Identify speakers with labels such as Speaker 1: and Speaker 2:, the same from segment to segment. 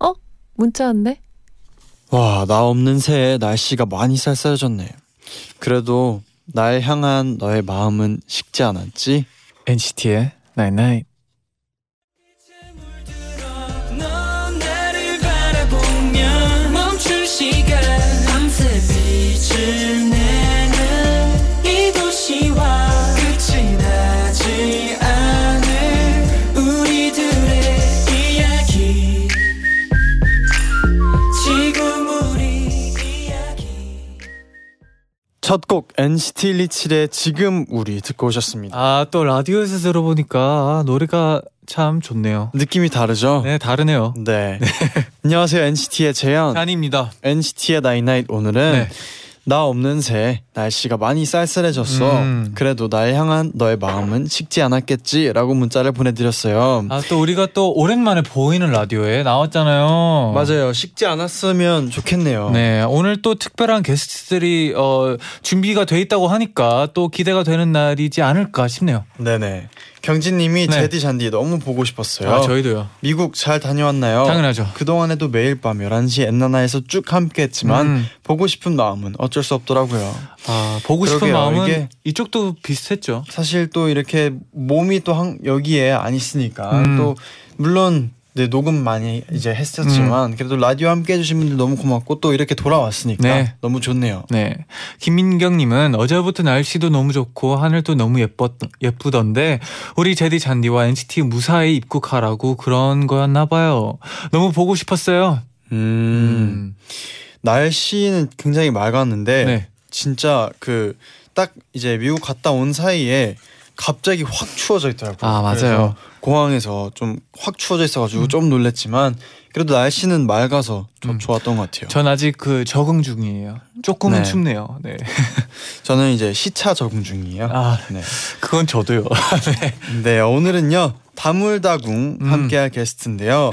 Speaker 1: 어? 문자 왔네?
Speaker 2: 와, 나 없는 새해 날씨가 많이 쌀쌀해졌네. 그래도 날 향한 너의 마음은 식지 않았지?
Speaker 3: NCT의 Night Night.
Speaker 4: 넌 나를 바라보면 멈출 시간 밤새 빛을 내는 이 도시와 끝이 나지 않은 우리들의 이야기 지금 우리 이야기
Speaker 2: 첫 곡 NCT 127의 지금 우리 듣고 오셨습니다.
Speaker 3: 아, 또 라디오에서 들어보니까 노래가 참 좋네요.
Speaker 2: 느낌이 다르죠?
Speaker 3: 네, 다르네요.
Speaker 2: 네. 안녕하세요. NCT의 재현.
Speaker 3: 잔입니다.
Speaker 2: NCT의 나이나잇 오늘은
Speaker 3: 네.
Speaker 2: 나 없는 새해 날씨가 많이 쌀쌀해졌어.
Speaker 3: 음.
Speaker 2: 그래도 날 향한 너의 마음은 식지 않았겠지라고 문자를 보내드렸어요.
Speaker 3: 아, 또 우리가 또 오랜만에 보이는 라디오에 나왔잖아요.
Speaker 2: 맞아요. 식지 않았으면 좋겠네요.
Speaker 3: 네, 오늘 또 특별한 게스트들이 어, 준비가 돼 있다고 하니까 또 기대가 되는 날이지 않을까 싶네요.
Speaker 2: 네네. 경진님이
Speaker 3: 네.
Speaker 2: 제디 잔디 너무 보고 싶었어요.
Speaker 3: 아, 저희도요.
Speaker 2: 미국 잘 다녀왔나요?
Speaker 3: 당연하죠.
Speaker 2: 그동안에도 매일 밤 11시 엔나나에서 쭉 함께했지만
Speaker 3: 음.
Speaker 2: 보고 싶은 마음은 어쩔 수 없더라고요.
Speaker 3: 아, 보고 싶은
Speaker 2: 그러게요.
Speaker 3: 마음은
Speaker 2: 이게-
Speaker 3: 이쪽도 비슷했죠.
Speaker 2: 사실 또 이렇게 몸이 또 한- 여기에 안 있으니까
Speaker 3: 음.
Speaker 2: 또 물론 네, 녹음 많이 이제 했었지만 그래도 라디오 함께 해주신 분들 너무 고맙고 또 이렇게 돌아왔으니까
Speaker 3: 음. 네.
Speaker 2: 너무 좋네요.
Speaker 3: 네. 김민경님은 어제부터 날씨도 너무 좋고 하늘도 너무 예뻤, 예쁘던데 우리 제디 잔디와 NCT 무사히 입국하라고 그런 거였나 봐요. 너무 보고 싶었어요.
Speaker 2: 음. 날씨는 굉장히 맑았는데
Speaker 3: 네.
Speaker 2: 진짜 그 딱 이제 미국 갔다 온 사이에 갑자기 확 추워져 있더라고요.
Speaker 3: 아, 맞아요.
Speaker 2: 그래서 공항에서 좀 확 추워져 있어가지고 좀 놀랬지만 그래도 날씨는 맑아서 좀
Speaker 3: 음.
Speaker 2: 좋았던 것 같아요.
Speaker 3: 전 아직 그 적응 중이에요. 조금은
Speaker 2: 네.
Speaker 3: 춥네요. 네.
Speaker 2: 저, 는 이제 시차 적응 중이에요.
Speaker 3: 아,
Speaker 2: 네.
Speaker 3: 그건 저도요.
Speaker 2: 네 오늘은요 다물다궁
Speaker 3: 음.
Speaker 2: 함께할 게스트인데요.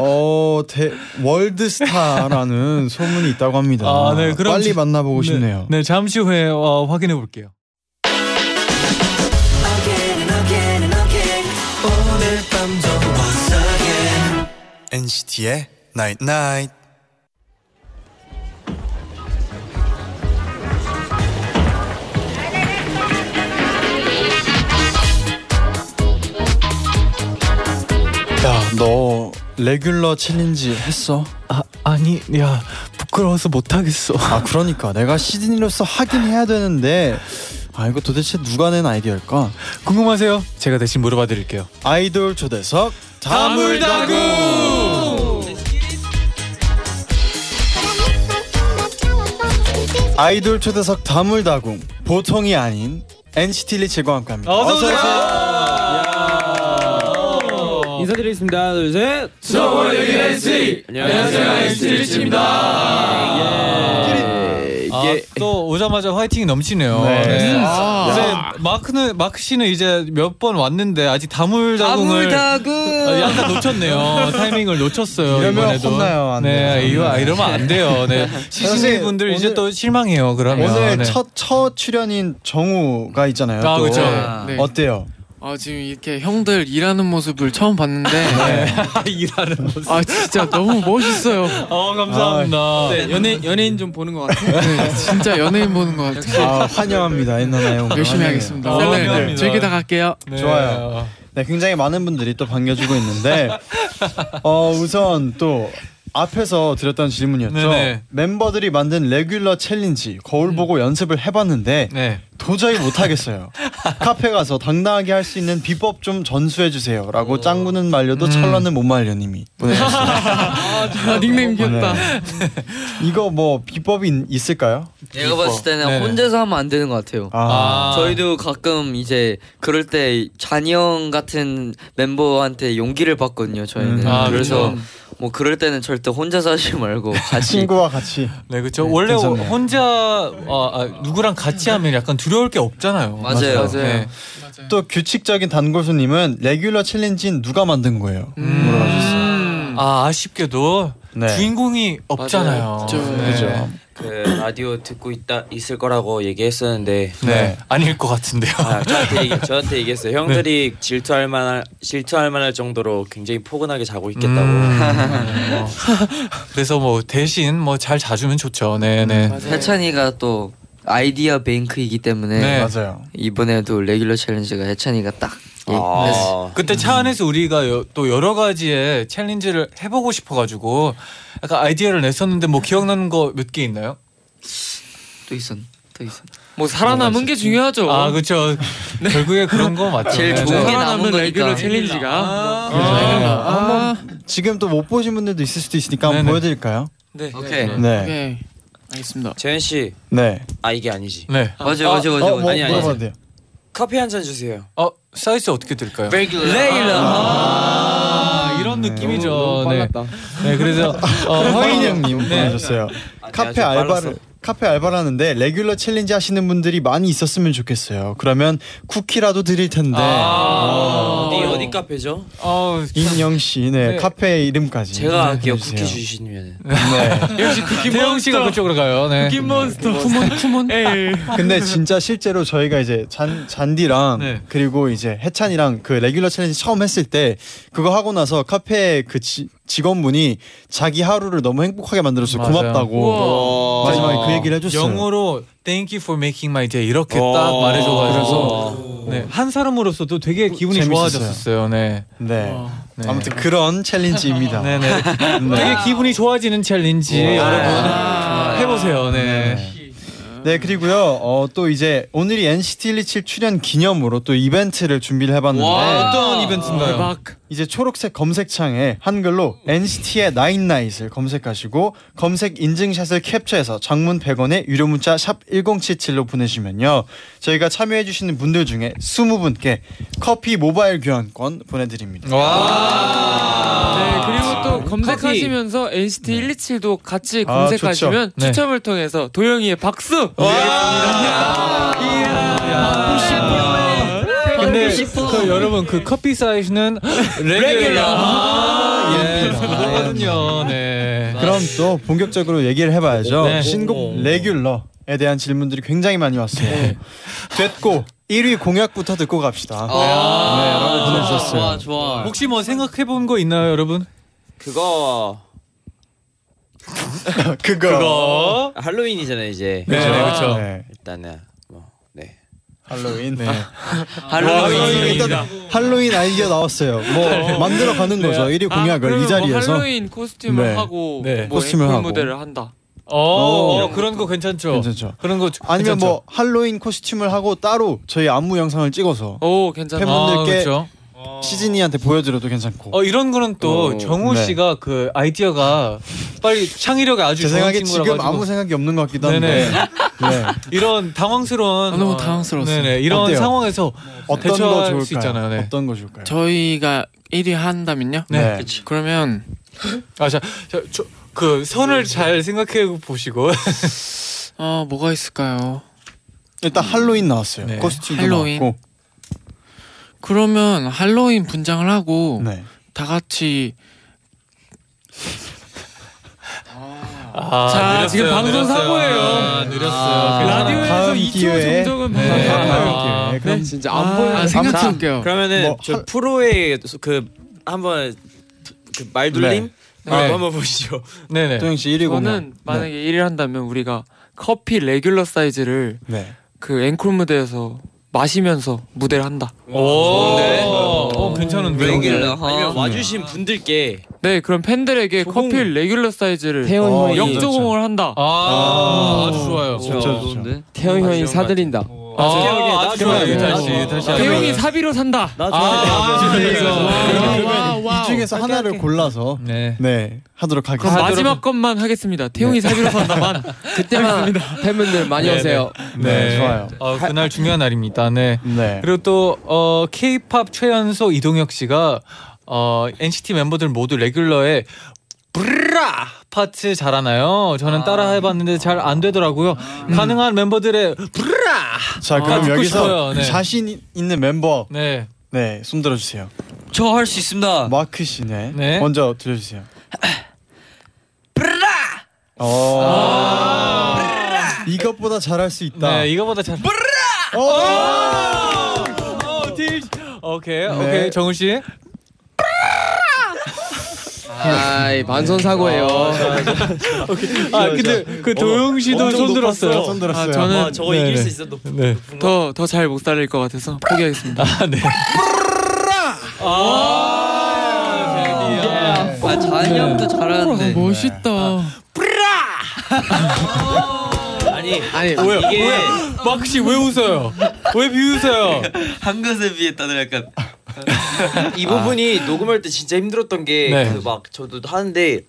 Speaker 2: 어 대, 월드스타라는 소문이 있다고 합니다.
Speaker 3: 아, 네, 그럼
Speaker 2: 빨리
Speaker 3: 지-
Speaker 2: 만나보고 싶네요.
Speaker 3: 네, 네, 잠시 후에 어, 확인해 볼게요.
Speaker 4: Again and again and again 오늘 밤도 once again
Speaker 2: NCT의 Night Night. 야, 너 레귤러 챌린지 했어?
Speaker 3: 아, 아니, 야, 부끄러워서 못 하겠어.
Speaker 2: 아, 그러니까 내가 시드니로서 하긴 해야 되는데 아, 이거 도대체 누가 낸 아이디어일까?
Speaker 3: 궁금하세요? 제가 대신 물어봐 드릴게요.
Speaker 2: 아이돌 초대석 다물다구. 아이돌 초대석 다물다궁 보통이 아닌 NCT 127과 함께합니다.
Speaker 3: 어서
Speaker 2: 어서
Speaker 3: 오세요. 어.
Speaker 5: 인사드리겠습니다. 둘, 셋. 안녕하세요. 예.
Speaker 3: 아,
Speaker 5: 예.
Speaker 3: 또 오자마자 화이팅이 넘치네요.
Speaker 2: 네.
Speaker 3: 네.
Speaker 2: 아.
Speaker 3: 근데 마크는 마크 씨는 이제 몇 번 왔는데 아직 다물다궁을 어, 약간 놓쳤네요. 타이밍을 놓쳤어요.
Speaker 2: 이러면
Speaker 3: 이번에도.
Speaker 2: 혼나요. 안 돼요.
Speaker 3: 네, 이거 아, 이러면 안 돼요. 네, 시신이 분들 이제
Speaker 2: 오늘-
Speaker 3: 또 실망해요. 그러면
Speaker 2: 오늘
Speaker 3: 네.
Speaker 2: 첫, 첫 출연인 정우가 있잖아요.
Speaker 3: 아,
Speaker 2: 또.
Speaker 3: 그쵸.
Speaker 6: 네.
Speaker 2: 어때요?
Speaker 6: 아 지금 이렇게 형들 일하는 모습을 처음 봤는데
Speaker 3: 일하는 모습.
Speaker 6: 아 진짜 너무 멋있어요.
Speaker 3: 어 감사합니다.
Speaker 2: 아,
Speaker 5: 네, 연예 연예인 좀 보는 것 같아요.
Speaker 6: 네, 진짜 연예인 보는 것 같아요.
Speaker 2: 아, 환영합니다. 옛날에 온 거.
Speaker 6: 네. 열심히
Speaker 2: 환영해요.
Speaker 6: 하겠습니다.
Speaker 3: 어,
Speaker 6: 네, 네,
Speaker 3: 감사합니다.
Speaker 6: 즐기다 갈게요.
Speaker 3: 네.
Speaker 2: 좋아요. 네, 굉장히 많은 분들이 또 반겨주고 있는데 어, 우선 또 앞에서 드렸던 질문이었죠.
Speaker 3: 네네.
Speaker 2: 멤버들이 만든 레귤러 챌린지
Speaker 6: 음.
Speaker 2: 거울 보고 연습을 해봤는데
Speaker 3: 네.
Speaker 2: 도저히 못하겠어요. 카페 가서 당당하게 할 수 있는 비법 좀 전수해 주세요.라고 짱구는 말려도
Speaker 3: 음.
Speaker 2: 철러는 못 말려님이 보내주셨어요.
Speaker 6: 아, 닉네임 귀엽다.
Speaker 2: 네. 이거 뭐 비법이 있- 있을까요?
Speaker 7: 내가 봤을 때는
Speaker 3: 네네.
Speaker 7: 혼자서 하면 안 되는 것 같아요.
Speaker 2: 아,
Speaker 7: 저희도 가끔 이제 그럴 때 잔이 형 같은 멤버한테 용기를 받거든요. 저희는
Speaker 2: 음.
Speaker 3: 아,
Speaker 7: 그래서
Speaker 3: 그렇죠.
Speaker 7: 뭐 그럴 때는 절대 혼자서 하지 말고 같이
Speaker 2: 친구와 같이
Speaker 3: 네 그렇죠. 원래
Speaker 2: 괜찮네요.
Speaker 3: 혼자 어, 아, 누구랑 같이 하면 약간 두려울 게 없잖아요.
Speaker 7: 맞아요.
Speaker 6: 맞아요.
Speaker 3: 네.
Speaker 6: 맞아요.
Speaker 2: 또 규칙적인 단골수님은 레귤러 챌린지는 누가 만든 거예요?
Speaker 6: 음.
Speaker 3: 아 아쉽게도
Speaker 2: 네.
Speaker 3: 주인공이 없잖아요. 네.
Speaker 6: 그쵸.
Speaker 2: 그죠.
Speaker 8: 그 라디오 듣고 있다 있을 거라고 얘기했었는데
Speaker 3: 네.
Speaker 7: 음.
Speaker 3: 네. 아닐 것 같은데요.
Speaker 8: 아, 저한테 얘기 저한테 얘기했어요.
Speaker 2: 네.
Speaker 8: 형들이 질투할 만할 질투할 만할 정도로 굉장히 포근하게 자고 있겠다고.
Speaker 3: 음. 어. 그래서 뭐 대신 뭐 잘 자주면 좋죠. 네네.
Speaker 7: 음, 해찬이가 또 아이디어 뱅크이기 때문에
Speaker 3: 네.
Speaker 2: 맞아요.
Speaker 7: 이번에도 레귤러 챌린지가 해찬이가 딱 얘기했어요.
Speaker 8: 아,
Speaker 3: 그때 차 안에서 우리가 여- 또 여러 가지의 챌린지를 해보고 싶어가지고 약간 아이디어를 냈었는데 뭐 기억나는 거 몇 개 있나요?
Speaker 7: 또 있었 또 있었.
Speaker 6: 뭐 살아남은 게 중요하죠.
Speaker 3: 아 그렇죠. 결국에 그런 거 맞죠.
Speaker 7: 제일
Speaker 3: 네,
Speaker 7: 좋은
Speaker 3: 네.
Speaker 7: 게 남은
Speaker 6: 살아남은 레귤러
Speaker 7: 거니까.
Speaker 5: 네.
Speaker 6: 챌린지가.
Speaker 3: 아,
Speaker 6: 아,
Speaker 2: 네. 지금 또 못 보신 분들도 있을 수도 있으니까 한번
Speaker 3: 네네.
Speaker 2: 보여드릴까요?
Speaker 6: 네.
Speaker 7: 오케이.
Speaker 2: 네.
Speaker 6: 오케이. 알겠습니다.
Speaker 8: 재현 씨,
Speaker 2: 네.
Speaker 8: 아 이게 아니지.
Speaker 3: 네.
Speaker 7: 맞아 맞아 맞아.
Speaker 2: 어, 뭐,
Speaker 8: 아니, 아니,
Speaker 2: 물어봐도 돼요.
Speaker 8: 커피 한 잔 주세요.
Speaker 3: 어 사이즈 어떻게 될까요?
Speaker 7: 레귤러.
Speaker 3: 아, 이런 느낌이죠. 네.
Speaker 5: 빨랐다.
Speaker 3: 네, 그래서 어,
Speaker 2: 허인
Speaker 3: 허인
Speaker 2: 형님 보내주셨어요.
Speaker 8: 네. 아,
Speaker 2: 카페
Speaker 8: 내가 좀 빨랐어.
Speaker 2: 알바를 카페 알바를 하는데 레귤러 챌린지 하시는 분들이 많이 있었으면 좋겠어요. 그러면 쿠키라도 드릴 텐데
Speaker 3: 아.
Speaker 8: 어디 어디 카페죠?
Speaker 3: 어,
Speaker 2: 임영 씨, 네,
Speaker 3: 네.
Speaker 2: 카페 이름까지
Speaker 8: 제가 할게요. 쿠키
Speaker 2: 보내주세요.
Speaker 8: 주시면.
Speaker 2: 네.
Speaker 6: 역시 쿠키
Speaker 3: 태영 그 씨가
Speaker 6: 몬스터.
Speaker 3: 그쪽으로 가요. 네. 아,
Speaker 6: 쿠키 몬스터. 네. 쿠몬 쿠몬. 에이.
Speaker 2: 근데 진짜 실제로 저희가 이제 잔 잔디랑
Speaker 3: 네.
Speaker 2: 그리고 이제 해찬이랑 그 레귤러 챌린지 처음 했을 때 그거 하고 나서 카페 그 지, 직원분이 자기 하루를 너무 행복하게 만들어서
Speaker 3: 맞아요.
Speaker 2: 고맙다고 마지막에 그 얘기를 해줬어요.
Speaker 3: 영어로 Thank you for making my day 이렇게
Speaker 8: 오.
Speaker 3: 딱 말해줘가지고 네, 한 사람으로서도 되게 기분이
Speaker 2: 재밌었어요.
Speaker 3: 좋아졌었어요. 네.
Speaker 2: 네.
Speaker 3: 네.
Speaker 2: 아무튼 그런 챌린지입니다.
Speaker 3: 네네. 되게 기분이 좋아지는 챌린지
Speaker 7: 아.
Speaker 3: 여러분 해보세요. 네.
Speaker 2: 네 그리고요 어, 또 이제 오늘이 NCT 127 E 출연 기념으로 또 이벤트를 준비를 해봤는데
Speaker 6: 와.
Speaker 3: 아, 어떤 이벤트인가요?
Speaker 6: 대박.
Speaker 2: 이제 초록색 검색창에 한글로 NCT의 나인나잇을 검색하시고 검색 인증샷을 캡처해서 장문 100원에 유료 문자 샵 1077로 보내시면요 저희가 참여해주시는 분들 중에 20분께 커피 모바일 교환권 보내드립니다
Speaker 6: 네, 그리고 또 검색하시면서 NCT 127도 같이
Speaker 2: 아,
Speaker 6: 검색하시면
Speaker 3: 좋죠. 네.
Speaker 6: 추첨을 통해서 도영이의 박수.
Speaker 3: 아, 근데 그 여러분 그 커피 사이즈는 레귤러 아, 예 그거거든요. 네.
Speaker 2: 그럼 또 본격적으로 얘기를 해봐야죠
Speaker 3: 네.
Speaker 2: 신곡 레귤러에 대한 질문들이 굉장히 많이 왔어요 됐고 1위 공약부터 듣고 갑시다 네, 여러분 보내주셨어요.
Speaker 7: 좋아 좋아.
Speaker 3: 혹시 뭐 생각해 본 거 있나요, 여러분?
Speaker 8: 그거
Speaker 2: 그거.
Speaker 3: 그거.
Speaker 8: 할로윈이잖아요 이제.
Speaker 3: 네,
Speaker 2: 그죠?
Speaker 3: 그렇죠.
Speaker 2: 네.
Speaker 8: 일단은 뭐 네.
Speaker 2: 할로윈.
Speaker 7: 할로윈.
Speaker 2: 아, 일단 할로윈 아이디어 나왔어요. 뭐 만들어 가는 거죠. 1위 공약을
Speaker 6: 그러면
Speaker 2: 이 자리에서.
Speaker 6: 뭐 할로윈 코스튬을
Speaker 2: 네.
Speaker 6: 하고
Speaker 3: 네.
Speaker 6: 뭐
Speaker 2: 코스튬을
Speaker 6: 앵콜
Speaker 2: 하고.
Speaker 6: 무대를 한다.
Speaker 3: 어,
Speaker 2: 오.
Speaker 3: 어, 그런 거 괜찮죠.
Speaker 2: 괜찮죠.
Speaker 3: 그런 거
Speaker 2: 아니면
Speaker 3: 괜찮죠?
Speaker 2: 뭐 할로윈 코스튬을 하고 따로 저희 안무 영상을 찍어서
Speaker 6: 오, 괜찮아.
Speaker 2: 팬분- 팬분들께-
Speaker 3: 아, 그렇죠.
Speaker 2: 시즈니한테 보여드려도 괜찮고.
Speaker 3: 어 이런 거는 또
Speaker 8: 어,
Speaker 3: 정우
Speaker 2: 네.
Speaker 3: 씨가 그 아이디어가 빨리 창의력이 아주
Speaker 2: 제
Speaker 3: 좋은
Speaker 2: 생각에
Speaker 3: 친구라
Speaker 2: 지금
Speaker 3: 가지고
Speaker 2: 아무 생각이 없는 것 같기도 한데.
Speaker 3: 네네.
Speaker 2: 네.
Speaker 3: 이런 당황스러운
Speaker 6: 아, 너무
Speaker 3: 어,
Speaker 6: 당황스러웠어요.
Speaker 3: 네네. 이런
Speaker 2: 어때요?
Speaker 3: 상황에서
Speaker 2: 어떤
Speaker 3: 대처할
Speaker 2: 거
Speaker 3: 수
Speaker 2: 좋을까요?
Speaker 3: 있잖아요, 네.
Speaker 2: 어떤 거 좋을까요?
Speaker 6: 저희가 1위 한다면요?
Speaker 2: 네.
Speaker 6: 그러면
Speaker 3: 아, 아자그 선을
Speaker 2: 네.
Speaker 3: 잘 생각해 보시고
Speaker 6: 어, 뭐가 있을까요?
Speaker 2: 일단 할로윈 나왔어요.
Speaker 3: 네.
Speaker 2: 코스튬도
Speaker 6: 할로윈.
Speaker 2: 나왔고.
Speaker 6: 그러면 할로윈 분장을 하고
Speaker 2: 네.
Speaker 6: 다 같이
Speaker 3: 아,
Speaker 6: 자, 지금 방송 사고예요.
Speaker 3: 아, 느렸어요.
Speaker 8: 아,
Speaker 3: 괜찮아요.
Speaker 6: 라디오에서
Speaker 2: 다음
Speaker 6: 2초
Speaker 2: 기회에.
Speaker 6: 정적은
Speaker 3: 네. 아,
Speaker 6: 네.
Speaker 2: 다음 기회에. 그럼
Speaker 6: 진짜 안 보여. 아, 생각해볼게요.
Speaker 8: 그러면은
Speaker 2: 뭐
Speaker 8: 저
Speaker 2: 할-
Speaker 8: 프로의 그 한번 그 말돌림
Speaker 3: 네.
Speaker 8: 아, 한번 보시죠.
Speaker 3: 네네.
Speaker 2: 도영 씨 1위 공약.
Speaker 6: 저는 만약에 1위 한다면 우리가 커피 레귤러 사이즈를
Speaker 2: 네. 네.
Speaker 6: 그 앵콜 무대에서 마시면서 무대를 한다.
Speaker 3: 오,
Speaker 8: 네.
Speaker 3: 어, 괜찮은데.
Speaker 7: 레귤러.
Speaker 8: 아니면
Speaker 7: 하.
Speaker 8: 와주신 분들께
Speaker 6: 네, 그럼 팬들에게
Speaker 8: 조공.
Speaker 6: 커피 레귤러 사이즈를
Speaker 5: 태용
Speaker 2: 어,
Speaker 5: 형이
Speaker 2: 영조-
Speaker 6: 역조공을 한다.
Speaker 3: 아, 아주 좋아요.
Speaker 8: 좋죠,
Speaker 2: 좋죠. 네.
Speaker 7: 좋은데?
Speaker 5: 태용 형이
Speaker 6: 마지막
Speaker 5: 사드린다.
Speaker 3: 아,
Speaker 8: 아,
Speaker 3: 아주 좋아요.
Speaker 8: 좋아요.
Speaker 3: 유타 씨,
Speaker 8: 아,
Speaker 3: 유타 씨.
Speaker 6: 태용이 사비로 산다.
Speaker 8: 나
Speaker 3: 아, 아,
Speaker 8: 좋아해.
Speaker 3: 이거.
Speaker 6: 와우, 와우.
Speaker 2: 이 중에서 하나를 골라서
Speaker 3: 네.
Speaker 2: 네 하도록
Speaker 6: 그럼 네.
Speaker 2: 하겠습니다.
Speaker 6: 마지막 것만 하겠습니다. 태용이 사비로 산다만.
Speaker 5: 그때만 아. 팬분들 많이
Speaker 3: 네, 네.
Speaker 5: 오세요.
Speaker 2: 네, 좋아요.
Speaker 3: 어, 그날 중요한 날입니다. 네.
Speaker 2: 네.
Speaker 3: 그리고 또 어, K-팝 최연소 이동혁 씨가 어, NCT 멤버들 모두 레귤러에 브라 파트 잘하나요? 저는 따라 해봤는데 잘 안 되더라고요. 가능한 멤버들의 브라.
Speaker 2: 자
Speaker 3: 아,
Speaker 2: 그럼
Speaker 3: 듣고
Speaker 2: 여기서
Speaker 3: 싶어요. 네.
Speaker 2: 자신 있는 멤버
Speaker 3: 네.
Speaker 2: 네 손들어 주세요.
Speaker 7: 저 할 수 있습니다.
Speaker 2: 마크 씨네
Speaker 3: 네.
Speaker 2: 먼저 들려주세요. 어. 이것보다 잘할 수 있다.
Speaker 3: 네, 이거보다 잘.
Speaker 2: 어.
Speaker 3: 어, 딜. 오케이,
Speaker 2: 네.
Speaker 3: 오케이, 정우 씨.
Speaker 5: 아이 반선 사고예요.
Speaker 3: 아, 근데 그 도영 씨도
Speaker 2: 엄청
Speaker 3: 손 들었어요.
Speaker 2: 아, 높았어요. 손 들었어요.
Speaker 6: 아, 저는
Speaker 8: 와 저거
Speaker 3: 네네.
Speaker 8: 이길 수 있어 높은
Speaker 3: 네.
Speaker 8: 높은 거.
Speaker 6: 더 더 잘 못 살릴 것 같아서 포기하겠습니다.
Speaker 3: 아, 네. 아, 제니야.
Speaker 7: 아, 자이언도
Speaker 5: 네.
Speaker 7: 잘하는데.
Speaker 5: 뭐,
Speaker 6: 아, 멋있다.
Speaker 8: 아니
Speaker 5: 아니
Speaker 8: 이게
Speaker 3: 마크 씨왜 웃어요? 왜 비웃어요?
Speaker 7: 한 것에 비해 다들 약간
Speaker 8: 이 부분이 녹음할 때 진짜 힘들었던 게
Speaker 3: 네.
Speaker 8: 그 막 저도 하는데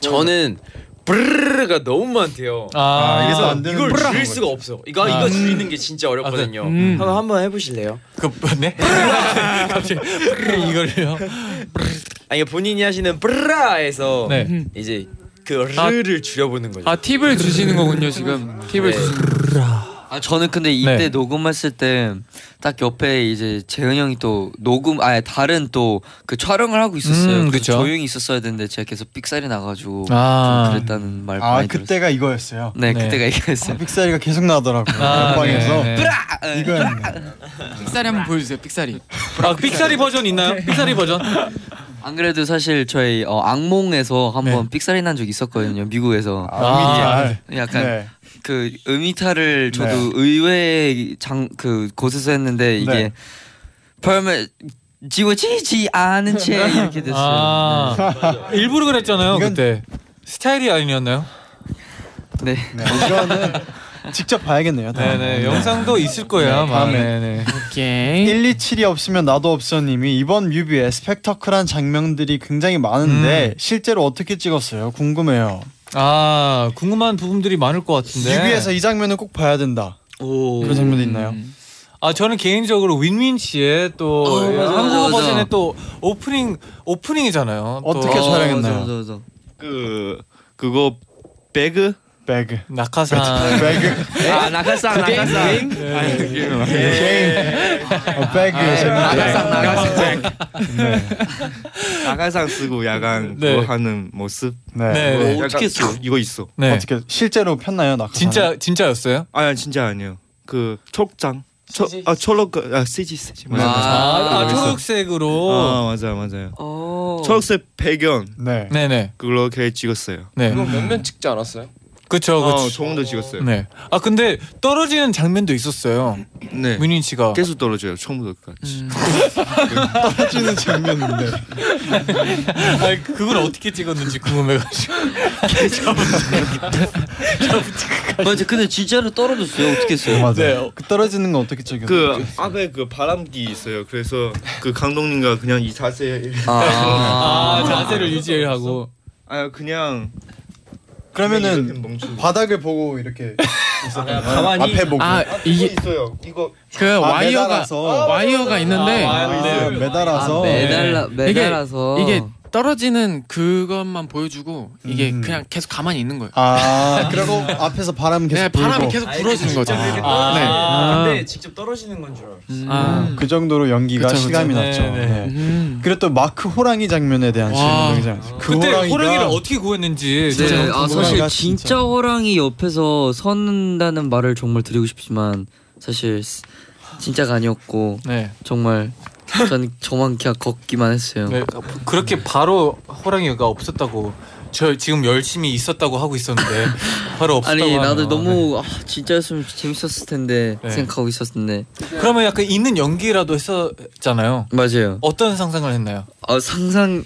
Speaker 8: 저는 브르르가 너무 많대요.
Speaker 3: 아,
Speaker 2: 이래서 안 되는
Speaker 8: 이걸
Speaker 2: 거구나.
Speaker 8: 줄일 수가 없어. 이거 이거 줄이는 게 진짜 어렵거든요.
Speaker 6: 음.
Speaker 8: 한번 한번 해보실래요?
Speaker 3: 그 네? 갑자기 이걸요.
Speaker 8: 아니 본인이 하시는 브라에서
Speaker 3: 네.
Speaker 8: 이제 그 르를 줄여보는 거죠.
Speaker 6: 아 팁을 주시는 거군요 지금. 팁을
Speaker 8: 네.
Speaker 6: 주시는. 거.
Speaker 7: 아 저는 근데 이때
Speaker 3: 네.
Speaker 7: 녹음했을 때 딱 옆에 이제 재은 형이 또 녹음 아니 다른 또 그 촬영을 하고 있었어요.
Speaker 3: 음,
Speaker 7: 그래서
Speaker 3: 그쵸.
Speaker 7: 조용히 있었어야 되는데 제가 계속 삑살이 나가지고
Speaker 3: 아.
Speaker 7: 좀 그랬다는 말
Speaker 2: 아
Speaker 7: 많이 들었어요.
Speaker 2: 그때가 이거였어요.
Speaker 7: 네,
Speaker 3: 네.
Speaker 7: 그때가
Speaker 2: 아,
Speaker 7: 이거였어요.
Speaker 2: 빅사리가 계속 나더라고요.
Speaker 3: 아,
Speaker 2: 옆방에서
Speaker 3: 네, 네.
Speaker 2: 이거였네.
Speaker 6: 삑사리 한번 보여주세요. 삑사리.
Speaker 3: 아, 삑사리 버전 있나요? 삑사리 버전?
Speaker 5: 아.
Speaker 7: 안 그래도 사실 저희 어, 악몽에서 한번 삑살이 난 적 있었거든요. 미국에서
Speaker 2: 아, 미탈.
Speaker 7: 약간
Speaker 2: 네.
Speaker 7: 그 음이탈을 저도
Speaker 2: 네.
Speaker 7: 의외의 장그 곳에서 했는데
Speaker 2: 네.
Speaker 7: 이게 별말 지워지지 않은 채 이렇게 됐어요.
Speaker 3: 아, 일부러 그랬잖아요,
Speaker 2: 이건-
Speaker 3: 그때. 스타일이 아니었나요?
Speaker 7: 네.
Speaker 2: 네, 이거는 직접 봐야겠네요. 다음에.
Speaker 3: 네네, 영상도 있을 거예요, 아마.
Speaker 2: 다음에.
Speaker 3: 네네.
Speaker 6: 오케이.
Speaker 2: 127이 없으면 나도 없어님이 이번 뮤비에 스펙터클한 장면들이 굉장히 많은데 실제로 어떻게 찍었어요? 궁금해요.
Speaker 3: 아, 궁금한 부분들이 많을 것
Speaker 2: 네.
Speaker 3: 같은데.
Speaker 2: 뮤비에서 이 장면은 꼭 봐야 된다.
Speaker 7: 오.
Speaker 2: 그런 장면도 있나요?
Speaker 3: 아 저는 개인적으로 윈윈 씨의 또 예,
Speaker 7: 어, 맞아,
Speaker 3: 한국어
Speaker 7: 맞아, 맞아.
Speaker 3: 버전의 또 오프닝 오프닝이잖아요. 또
Speaker 2: 어떻게
Speaker 7: 어,
Speaker 2: 촬영했나요?
Speaker 7: 맞아, 맞아, 맞아.
Speaker 9: 그 그거 배그
Speaker 2: 배그.
Speaker 3: 낙하산
Speaker 2: 배그.
Speaker 9: 네?
Speaker 7: 아 나가상 나가상
Speaker 2: 어, 배그. 재밌네.
Speaker 7: 나가상 나가상
Speaker 9: 야간상 쓰고 야간
Speaker 3: 네.
Speaker 9: 그거 하는 모습
Speaker 2: 네.
Speaker 3: 네.
Speaker 9: 그거 약간
Speaker 7: 어떻게 써?
Speaker 9: 이거 있어
Speaker 3: 네
Speaker 2: 어떻게 실제로 폈나요? 낙하
Speaker 3: 진짜 진짜였어요?
Speaker 9: 아니 진짜 아니에요 그 촉장 초, 아 초록 아 세지 세지 맞아
Speaker 7: 아, 어.
Speaker 9: 맞아
Speaker 3: 아, 아,
Speaker 7: 그래서-
Speaker 3: 초록색으로
Speaker 2: 어.
Speaker 9: 아 맞아 맞아요
Speaker 7: 오.
Speaker 9: 초록색 배경
Speaker 2: 네.
Speaker 3: 네네
Speaker 9: 그렇게 찍었어요
Speaker 3: 네
Speaker 8: 몇면 찍지 않았어요?
Speaker 3: 그쵸
Speaker 9: 어
Speaker 3: 그쵸
Speaker 9: 조금도 찍었어요 네.
Speaker 3: 네아 근데 떨어지는 장면도 있었어요
Speaker 2: 네.
Speaker 3: 윈윈 씨가
Speaker 2: 그
Speaker 9: 계속 떨어져요 처음부터까지
Speaker 2: 펴지는 장면인데.
Speaker 3: 아 그걸 어떻게 찍었는지 궁금해가지고
Speaker 7: 맞아 근데 진짜로 떨어졌어요 어떻게 했어요?
Speaker 2: 맞아요. 그 떨어지는 건 어떻게 찍었어요?
Speaker 9: 그 앞에 그 바람기 있어요 그래서 그 감독님과 그냥 이 자세
Speaker 7: 네.
Speaker 3: 아
Speaker 7: 아,
Speaker 3: 자세를 유지하고
Speaker 9: 아 그냥 이렇게
Speaker 2: 그러면은
Speaker 9: 멈추고
Speaker 2: 바닥을 보고 이렇게 있었거든요.
Speaker 8: 아, 가만히-
Speaker 2: 앞에 보고.
Speaker 6: 아
Speaker 9: 이거
Speaker 6: 이게
Speaker 9: 있어요 이거
Speaker 6: 그
Speaker 2: 아,
Speaker 6: 와이어가
Speaker 2: 매달아서.
Speaker 6: 와이어가 있는데
Speaker 3: 아,
Speaker 2: 아, 있어요. 매달아서.
Speaker 7: 아, 매달라 매달아서 어.
Speaker 6: 이게 떨어지는 그것만 보여주고 이게
Speaker 2: 음.
Speaker 6: 그냥 계속 가만히 있는 거예요.
Speaker 2: 아, 그리고 앞에서 바람 계속
Speaker 6: 네
Speaker 2: 불고.
Speaker 6: 바람이 계속 불어주는 거죠.
Speaker 8: 아,
Speaker 6: 아.
Speaker 8: 근데 직접 떨어지는 건 줄 알았어.
Speaker 6: 아.
Speaker 2: 그 정도로 연기가
Speaker 6: 그쵸, 그쵸.
Speaker 2: 시감이
Speaker 3: 네,
Speaker 2: 났죠.
Speaker 3: 네.
Speaker 2: 네.
Speaker 6: 음.
Speaker 2: 그리고 또 마크 호랑이 장면에 대한
Speaker 6: 와.
Speaker 2: 질문 굉장히 많았어요. 그
Speaker 3: 그때
Speaker 2: 호랑이가-
Speaker 3: 호랑이를 어떻게 구했는지 진짜
Speaker 7: 네, 아
Speaker 2: 궁금하다,
Speaker 7: 사실
Speaker 2: 진짜.
Speaker 7: 진짜 호랑이 옆에서 선다는 말을 정말 드리고 싶지만 사실 스- 진짜가 아니었고
Speaker 3: 네,
Speaker 7: 정말 전 저만 그냥 걷기만 했어요.
Speaker 3: 네 그렇게 바로 호랑이가 없었다고 저 지금 열심히 있었다고 하고 있었는데 바로 없었다고
Speaker 7: 아니
Speaker 3: 하면.
Speaker 7: 나도 너무 아, 진짜였으면 재밌었을 텐데
Speaker 3: 네.
Speaker 7: 생각하고 있었는데
Speaker 3: 그러면 약간 있는 연기라도 했었잖아요.
Speaker 7: 맞아요.
Speaker 3: 어떤 상상을 했나요?
Speaker 7: 아, 상상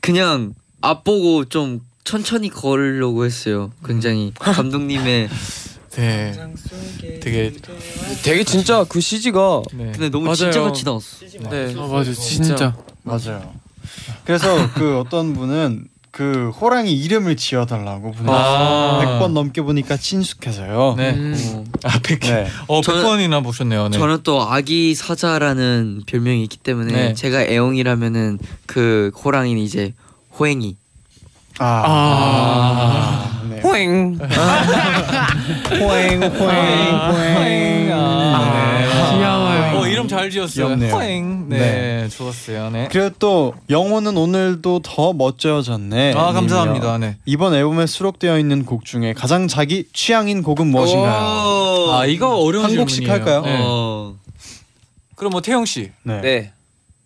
Speaker 7: 그냥 앞보고 좀 천천히 걸으려고 했어요. 굉장히 감독님의
Speaker 3: 네. 되게
Speaker 5: 되게 진짜 그 CG가
Speaker 3: 네.
Speaker 7: 근데 너무
Speaker 6: 맞아요.
Speaker 7: 진짜같이 나왔어.
Speaker 6: 네. 아 맞아 진짜.
Speaker 2: 맞아요. 그래서 그 어떤 분은 그 호랑이 이름을 지어달라고 보내셨어요.
Speaker 3: 아.
Speaker 2: 100번 넘게 보니까 친숙해서요.
Speaker 3: 네.
Speaker 6: 음.
Speaker 7: 어.
Speaker 3: 아, 100.
Speaker 2: 네.
Speaker 3: 어,
Speaker 7: 저는-
Speaker 3: 100번이나 보셨네요. 네.
Speaker 7: 저는 또 아기 사자라는 별명이 있기 때문에
Speaker 3: 네.
Speaker 7: 제가 애용이라면은 그 호랑이는 이제 호행이
Speaker 2: 아,
Speaker 6: 아.
Speaker 2: 네.
Speaker 6: 호잉.
Speaker 2: 호잉 호잉
Speaker 3: 아, 호잉. 아, 네.
Speaker 2: 아,
Speaker 6: 귀여워요.
Speaker 3: 어 이름 잘 지었어요.
Speaker 2: 귀엽네요.
Speaker 3: 호잉. 네, 좋았어요. 네.
Speaker 2: 그리고 또 영혼은 오늘도 더 멋져졌네.
Speaker 3: 아
Speaker 2: 님이요.
Speaker 3: 감사합니다. 네.
Speaker 2: 이번 앨범에 수록되어 있는 곡 중에 가장 자기 취향인 곡은 무엇인가요?
Speaker 3: 아 이거 어려운
Speaker 2: 한 곡씩
Speaker 3: 질문이에요.
Speaker 2: 할까요?
Speaker 3: 네.
Speaker 7: 어.
Speaker 3: 그럼 뭐 태영 씨
Speaker 2: 네.
Speaker 8: 네.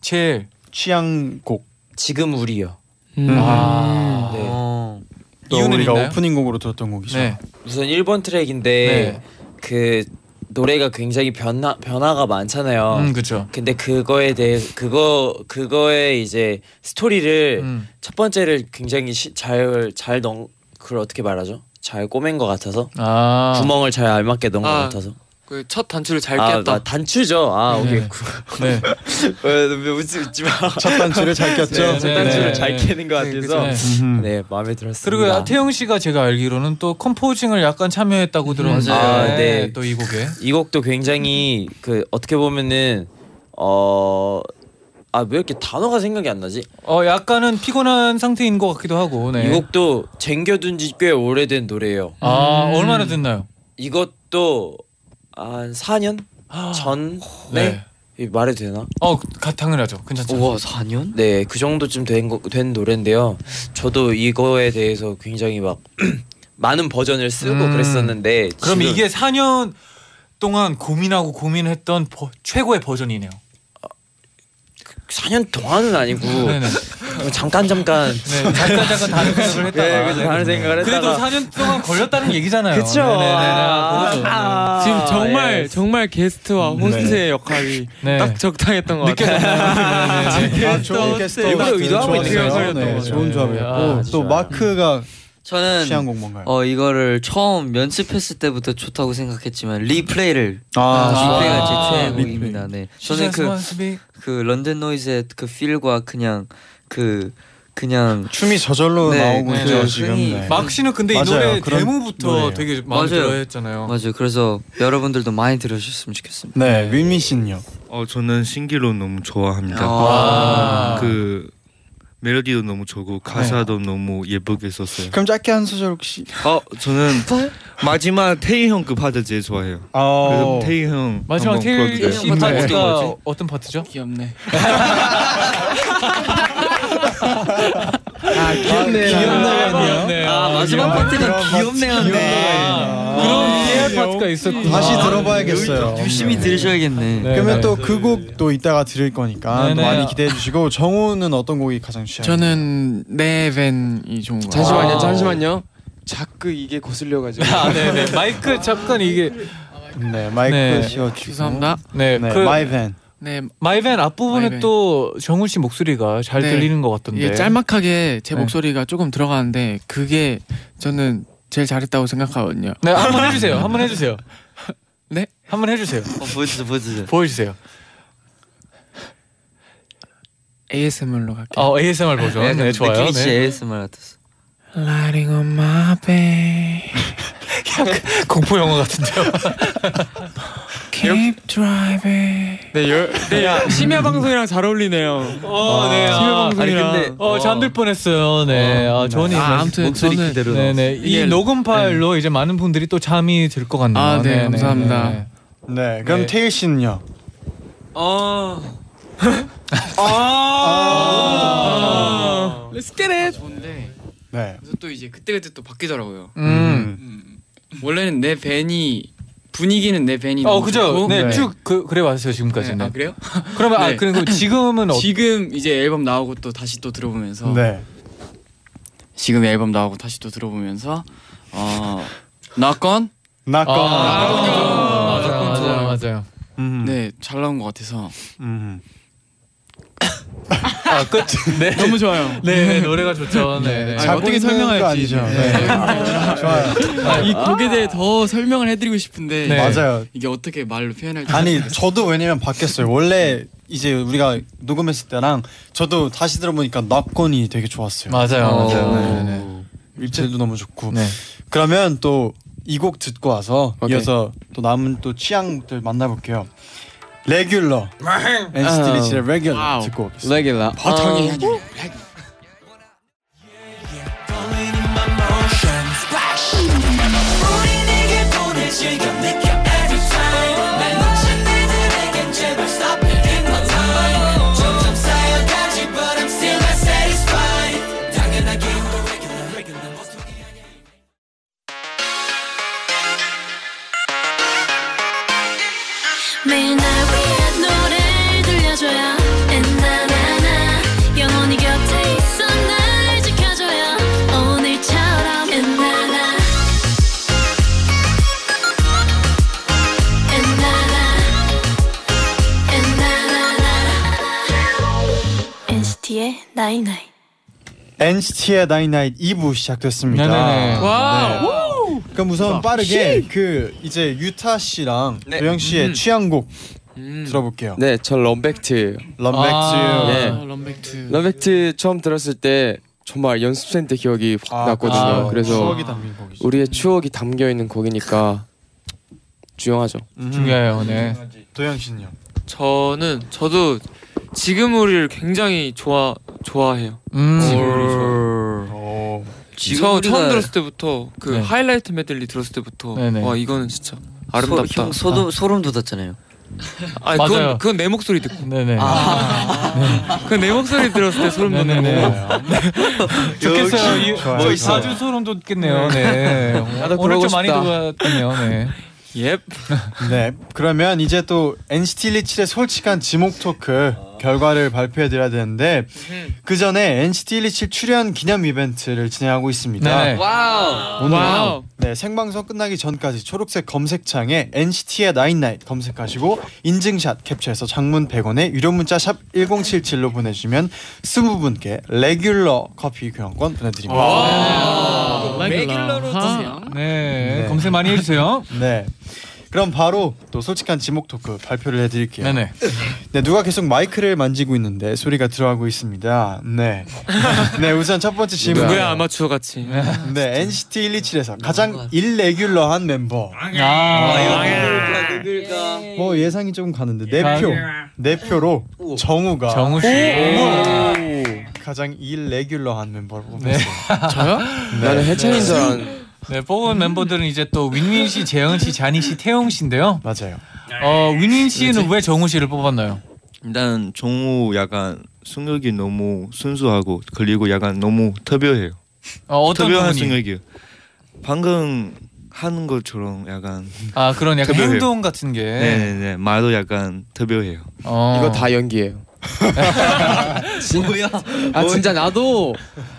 Speaker 3: 제일
Speaker 2: 취향 곡.
Speaker 8: 지금 우리요.
Speaker 6: 음.
Speaker 3: 아,
Speaker 8: 네.
Speaker 3: 어.
Speaker 2: 또
Speaker 3: 이유는
Speaker 2: 우리가
Speaker 3: 있나요?
Speaker 2: 오프닝 곡으로 들었던 곡이죠.
Speaker 3: 네.
Speaker 8: 우선 1번 트랙인데 그 노래가 굉장히 변화 변화가 많잖아요.
Speaker 3: 음 그렇죠.
Speaker 8: 근데 그거에 대해 그거 그거에 이제 스토리를
Speaker 3: 음.
Speaker 8: 첫 번째를 굉장히 잘잘 넣은 그걸 어떻게 말하죠? 잘 꼬맨 것 같아서
Speaker 3: 아
Speaker 8: 구멍을 잘 알맞게 넣은 것
Speaker 6: 아,
Speaker 8: 같아서
Speaker 6: 그 첫 단추를 잘
Speaker 8: 아,
Speaker 6: 깼다.
Speaker 8: 나 단추죠. 아
Speaker 3: 네.
Speaker 8: 오케이.
Speaker 3: 네.
Speaker 8: 왜왜 웃지 웃지 마.
Speaker 2: 첫 단추를 잘 꼈죠.
Speaker 3: 네,
Speaker 8: 첫 단추를
Speaker 3: 네.
Speaker 8: 잘 깨는 것 같아서
Speaker 3: 네.
Speaker 2: 음흠.
Speaker 8: 네 마음에 들었습니다.
Speaker 3: 그리고 아, 태영 씨가 제가 알기로는 또 컴포징을 약간 참여했다고 들었는데
Speaker 8: 아, 네.
Speaker 3: 또 이 곡에
Speaker 8: 이 곡도 굉장히 그 어떻게 보면은 어아 왜 이렇게 단어가 생각이 안 나지?
Speaker 3: 어 약간은 피곤한 상태인 것 같기도 하고 네.
Speaker 8: 이 곡도 쟁겨둔 지 꽤 오래된 노래예요.
Speaker 3: 아 얼마나 됐나요?
Speaker 8: 이것도 한 4년 전에
Speaker 3: 네.
Speaker 8: 이 말해도 되나?
Speaker 3: 어 가- 당연하죠. 괜찮죠.
Speaker 7: 우와 4년?
Speaker 8: 네 그 정도쯤 된, 거, 된 노래인데요. 저도 이거에 대해서 굉장히 막 많은 버전을 쓰고
Speaker 3: 음.
Speaker 8: 그랬었는데
Speaker 3: 그럼
Speaker 8: 지금-
Speaker 3: 이게 4년 동안 고민하고 고민했던 버- 최고의 버전이네요.
Speaker 8: 4년 동안은 아니고
Speaker 3: 네네.
Speaker 8: 잠깐 잠깐
Speaker 3: 네, 잠깐 잠깐 다른 생각을 했다가
Speaker 8: 네, 그죠. 다른 생각을 했다가
Speaker 3: 그래도 4년 동안 걸렸다는 얘기잖아요.
Speaker 8: 그쵸.
Speaker 3: 네네네.
Speaker 8: 아,
Speaker 3: 그렇죠.
Speaker 8: 아,
Speaker 6: 지금 정말
Speaker 8: 예.
Speaker 6: 정말 게스트와
Speaker 2: 네.
Speaker 6: 호스트의 역할이
Speaker 3: 네.
Speaker 6: 딱 적당했던 것 같아요.
Speaker 3: 느껴졌나요? 네, 네, 네.
Speaker 2: 아, 좋은 캐스터.
Speaker 8: 일부러 의도하고 있는
Speaker 2: 좋았어요.
Speaker 6: 거예요.
Speaker 2: 네,
Speaker 6: 네.
Speaker 2: 좋은 조합이었고
Speaker 3: 아,
Speaker 8: 아주
Speaker 2: 또
Speaker 8: 좋아요.
Speaker 2: 마크가 취향
Speaker 7: 저는
Speaker 2: 곡 뭔가요?
Speaker 7: 어 이거를 처음 연습했을 때부터 좋다고 생각했지만 리플레이를
Speaker 3: 아,
Speaker 7: 리플레이가 제 최애
Speaker 3: 리플레이.
Speaker 7: 곡입니다. 네. 저는 그 그
Speaker 3: 수비.
Speaker 7: 런던 노이즈의 그 필과 그냥 그 그냥
Speaker 2: 춤이 저절로
Speaker 7: 네,
Speaker 2: 나오고
Speaker 7: 네,
Speaker 2: 있죠
Speaker 7: 네.
Speaker 2: 지금.
Speaker 7: 흔히
Speaker 2: 네.
Speaker 3: 막 씨는 근데 이
Speaker 2: 맞아요.
Speaker 3: 노래
Speaker 2: 그런
Speaker 3: 데모부터
Speaker 2: 노래예요.
Speaker 3: 되게 마음에
Speaker 7: 맞아요.
Speaker 3: 들어 했잖아요.
Speaker 7: 맞아요. 그래서 여러분들도 많이 들어주셨으면 좋겠습니다.
Speaker 2: 네, 윈민 씨는요.
Speaker 9: 어 저는 신기로 너무 좋아합니다.
Speaker 3: 아.
Speaker 9: 그 멜로디도 너무 좋고 가사도
Speaker 3: 네.
Speaker 9: 너무 예쁘게 썼어요.
Speaker 2: 그럼 짧게 한 소절 혹시?
Speaker 9: 어 저는 마지막 태희 형그 파트 제일 좋아해요.
Speaker 7: 어.
Speaker 9: 그래서 태희 형
Speaker 3: 마지막
Speaker 9: 한번
Speaker 3: 테일
Speaker 9: 불러주세요.
Speaker 3: 씨
Speaker 7: 음,
Speaker 3: 파트가
Speaker 7: 어떤 거지?
Speaker 3: 어떤 파트죠?
Speaker 6: 귀엽네.
Speaker 2: 귀엽네.
Speaker 3: 아, 귀엽네요. 네.
Speaker 7: 아 마지막
Speaker 2: 귀여워요.
Speaker 7: 파트가
Speaker 2: 그런
Speaker 7: 귀엽네요. 네.
Speaker 2: 아,
Speaker 3: 그런 이해할 파트가 있었고
Speaker 2: 다시 들어봐야겠어요.
Speaker 7: 열심히 들으셔야겠네.
Speaker 2: 그러면 또 그 곡도 이따가 들을 거니까
Speaker 3: 네네.
Speaker 2: 또 많이 기대해 주시고 정우는 어떤 곡이 가장 취향이?
Speaker 6: 저는 네벤이 좋은 것 같아요.
Speaker 5: 잠시만요,
Speaker 3: 와우.
Speaker 5: 잠시만요. 자꾸 이게 거슬려가지고.
Speaker 3: 아, 네네. 마이크 잠깐 이게
Speaker 2: 네 마이크
Speaker 3: 네.
Speaker 2: 씌워주고
Speaker 6: 죄송합니다.
Speaker 3: 네,
Speaker 2: 네
Speaker 3: 그
Speaker 2: 마이 밴
Speaker 6: 네,
Speaker 3: 마이밴 앞부분에
Speaker 6: 마이밴.
Speaker 3: 또 정훈 씨 목소리가 잘
Speaker 6: 네.
Speaker 3: 들리는 것 같던데.
Speaker 6: 이게 짤막하게 제
Speaker 3: 네.
Speaker 6: 목소리가 조금 들어가는데 그게 저는 제일 잘했다고 생각하거든요.
Speaker 3: 네, 한번 해주세요. 한번 해주세요.
Speaker 6: 네?
Speaker 3: 한번 해주세요.
Speaker 7: 어, 보여주세요, 보여주세요.
Speaker 3: 보여주세요.
Speaker 6: ASMR로 갈게요.
Speaker 3: 어, ASMR 버전. 네, 좋아요.
Speaker 7: 느낌이 진짜
Speaker 3: 네.
Speaker 7: ASMR 같았어.
Speaker 6: Lighting on my bed,
Speaker 3: 공포 영화 같은데요.
Speaker 5: 네.
Speaker 6: keep driving. 네, 열, 네, 야, 심야 방송이랑 잘 어울리네요.
Speaker 3: 어, 네. 아,
Speaker 7: 아니 근데
Speaker 3: 어, 잠들 뻔했어요. 네. 아, 저는
Speaker 6: 아, 아무튼
Speaker 7: 목소리
Speaker 6: 저는
Speaker 7: 그대로
Speaker 3: 네, 네. 이
Speaker 6: 이게-
Speaker 3: 녹음 파일로 이제 많은 분들이 또 잠이 들 것 같네요.
Speaker 6: 아, 네, 감사합니다.
Speaker 2: 네 그럼
Speaker 3: 네.
Speaker 2: 태일 씨는요.
Speaker 7: 어
Speaker 6: Let's get it. 좋은데
Speaker 2: 네.
Speaker 10: 그래서 또 이제 그때그때 또 바뀌더라고요.
Speaker 3: 음.
Speaker 10: 원래는 내 밴이 분위기는 내
Speaker 6: 음.
Speaker 10: 밴이
Speaker 3: 어,
Speaker 10: 너무
Speaker 3: 그죠.
Speaker 10: 좋고
Speaker 3: 네,
Speaker 2: 네.
Speaker 3: 쭉 그, 그래 왔어요, 지금까지.
Speaker 10: 네,
Speaker 3: 네.
Speaker 10: 아 그래요?
Speaker 3: 그러면 아,
Speaker 10: 네.
Speaker 3: 그리고 지금은 어,
Speaker 10: 지금 이제 앨범 나오고 또 다시 또 들어보면서
Speaker 2: 네.
Speaker 10: 지금 앨범 나오고 다시 또 들어보면서 어 나건
Speaker 2: 나건.
Speaker 3: 아,
Speaker 10: 아,
Speaker 3: 맞아요,
Speaker 10: 조금
Speaker 3: 맞아요,
Speaker 10: 좋아요.
Speaker 3: 맞아요.
Speaker 2: 음.
Speaker 10: 네잘 나온 것 같아서
Speaker 2: 음.
Speaker 3: 아, 끝. 네.
Speaker 10: 너무 좋아요.
Speaker 3: 네, 네, 노래가 좋죠. 네. 네.
Speaker 10: 자- 아니, 어떻게
Speaker 2: 있는
Speaker 10: 설명할지.
Speaker 2: 거 아니죠. 네. 좋아요.
Speaker 10: 이 곡에 대해 더 설명을 해드리고 싶은데
Speaker 3: 네.
Speaker 2: 맞아요.
Speaker 10: 이게 어떻게 말로 표현할지
Speaker 2: 아니 저도 왜냐면 바뀌었어요. 원래 이제 우리가 녹음했을 때랑 저도 다시 들어보니까 납건이 되게 좋았어요.
Speaker 3: 맞아요. 맞아요.
Speaker 7: 어.
Speaker 3: 네, 네, 네.
Speaker 2: 입체도 너무 좋고.
Speaker 3: 네.
Speaker 2: 그러면 또 이 곡 듣고 와서
Speaker 10: 오케이.
Speaker 2: 이어서 또 남은 또 취향들 만나볼게요. 레귤러 NCT 리치의 레귤러 어?
Speaker 10: 와우.
Speaker 2: 아,
Speaker 7: 네.
Speaker 2: 듣고 오겠습니다.
Speaker 5: 레귤라.
Speaker 10: 버텅이
Speaker 5: 어,
Speaker 10: 아니에요.
Speaker 11: NCT의 나인나인.
Speaker 2: NCT의 나인나잇 2부 시작됐습니다.
Speaker 3: 네네네.
Speaker 2: 네. 그럼 우선 빠르게 그 이제 유타 씨랑 도영 씨의
Speaker 5: 음.
Speaker 2: 취향곡 들어볼게요.
Speaker 5: 네, 저 럼백트.
Speaker 2: 럼백트.
Speaker 3: 아.
Speaker 5: 네.
Speaker 6: 럼백트.
Speaker 5: 럼백트 처음 들었을 때 정말 연습생 때 기억이 확
Speaker 2: 아,
Speaker 5: 났거든요.
Speaker 2: 그쵸.
Speaker 5: 그래서
Speaker 2: 추억이 담긴 곡이죠.
Speaker 5: 우리의 추억이 담겨 있는 곡이니까 중요하죠.
Speaker 3: 중요해요, 네.
Speaker 2: 음. 도영 씨는요?
Speaker 12: 저는 저도 지금 우리를 굉장히 좋아 좋아해요.
Speaker 3: 음.
Speaker 12: 지금 우리
Speaker 2: 오.
Speaker 12: 저 처음 들었을 때부터 그
Speaker 7: 네.
Speaker 12: 하이라이트 메들리 들었을 때부터
Speaker 7: 네네.
Speaker 12: 와 이거는 진짜 아름답다.
Speaker 7: 소, 형 소름, 소름 돋았잖아요.
Speaker 12: 아
Speaker 7: 맞아요.
Speaker 12: 그건 그건 내 목소리 듣고.
Speaker 3: 네네. 아,
Speaker 12: 그건 내 목소리 들었을 때 소름 돋는 거고.
Speaker 3: 좋겠어요. 이,
Speaker 12: 좋아요,
Speaker 3: 저희
Speaker 12: 좋아요.
Speaker 3: 자주 소름 돋겠네요. 네.
Speaker 2: 나도
Speaker 3: 오늘
Speaker 2: 그러고
Speaker 3: 좀 많이
Speaker 2: 싶다.
Speaker 3: 돋았네요. 네.
Speaker 12: 예.
Speaker 2: 네. 그러면 이제 또 NCT 127의 솔직한 지목 토크 결과를 발표해 드려야 되는데 그 전에 NCT 127 출연 기념 이벤트를 진행하고 있습니다.
Speaker 4: 네네.
Speaker 2: 와우. 오늘
Speaker 4: 와우.
Speaker 2: 네, 생방송 끝나기 전까지 초록색 검색창에 NCT의 나인나잇 검색하시고 인증샷 캡처해서 장문 100원에 유료 문자 샵 1077로 보내 주시면 20분께 레귤러 커피 교환권 보내 드립니다.
Speaker 3: 레귤러로 드세요. 네.
Speaker 2: 네.
Speaker 3: 검색 많이 해주세요.
Speaker 2: 네. 그럼 바로 또 솔직한 지목 토크 발표를 해드릴게요.
Speaker 3: 네네.
Speaker 2: 네 누가 계속 마이크를 만지고 있는데 소리가 들어가고 있습니다. 네. 네 우선 첫 번째 질문.
Speaker 12: 누구야 아마추어 같이.
Speaker 2: 네 NCT 127에서 가장 일레귤러한 멤버.
Speaker 3: 아.
Speaker 5: 아,
Speaker 2: 네.
Speaker 5: 예.
Speaker 2: 뭐 예상이 좀 가는데
Speaker 4: 가-
Speaker 2: 네표 네표로 정우가
Speaker 4: 정우 씨.
Speaker 2: 오! 가장 일레귤러한 멤버로 네. 뽑혔어요.
Speaker 3: 저요?
Speaker 2: 나는 해찬인 줄 알았는데.
Speaker 3: 네, 뽑은 멤버들은 이제 또 윈윈 씨, 재영 씨, 자니 씨, 태용 씨인데요.
Speaker 2: 맞아요.
Speaker 3: 어, 윈윈 씨는 왜 정우 씨를 뽑았나요?
Speaker 9: 일단 정우 약간 승혁이 너무 순수하고 그리고 약간 너무特别해요.
Speaker 3: 어, 어떤
Speaker 9: 특별한
Speaker 3: 부분이?
Speaker 9: 승혁이요. 방금 하는 것처럼 약간
Speaker 3: 아, 그런 약간
Speaker 9: 특별해요.
Speaker 3: 행동 같은 게.
Speaker 9: 네네네 말도 약간 특별해요.
Speaker 3: 어.
Speaker 5: 이거 다 연기예요.
Speaker 9: 뭐야?
Speaker 5: 아 진짜 나도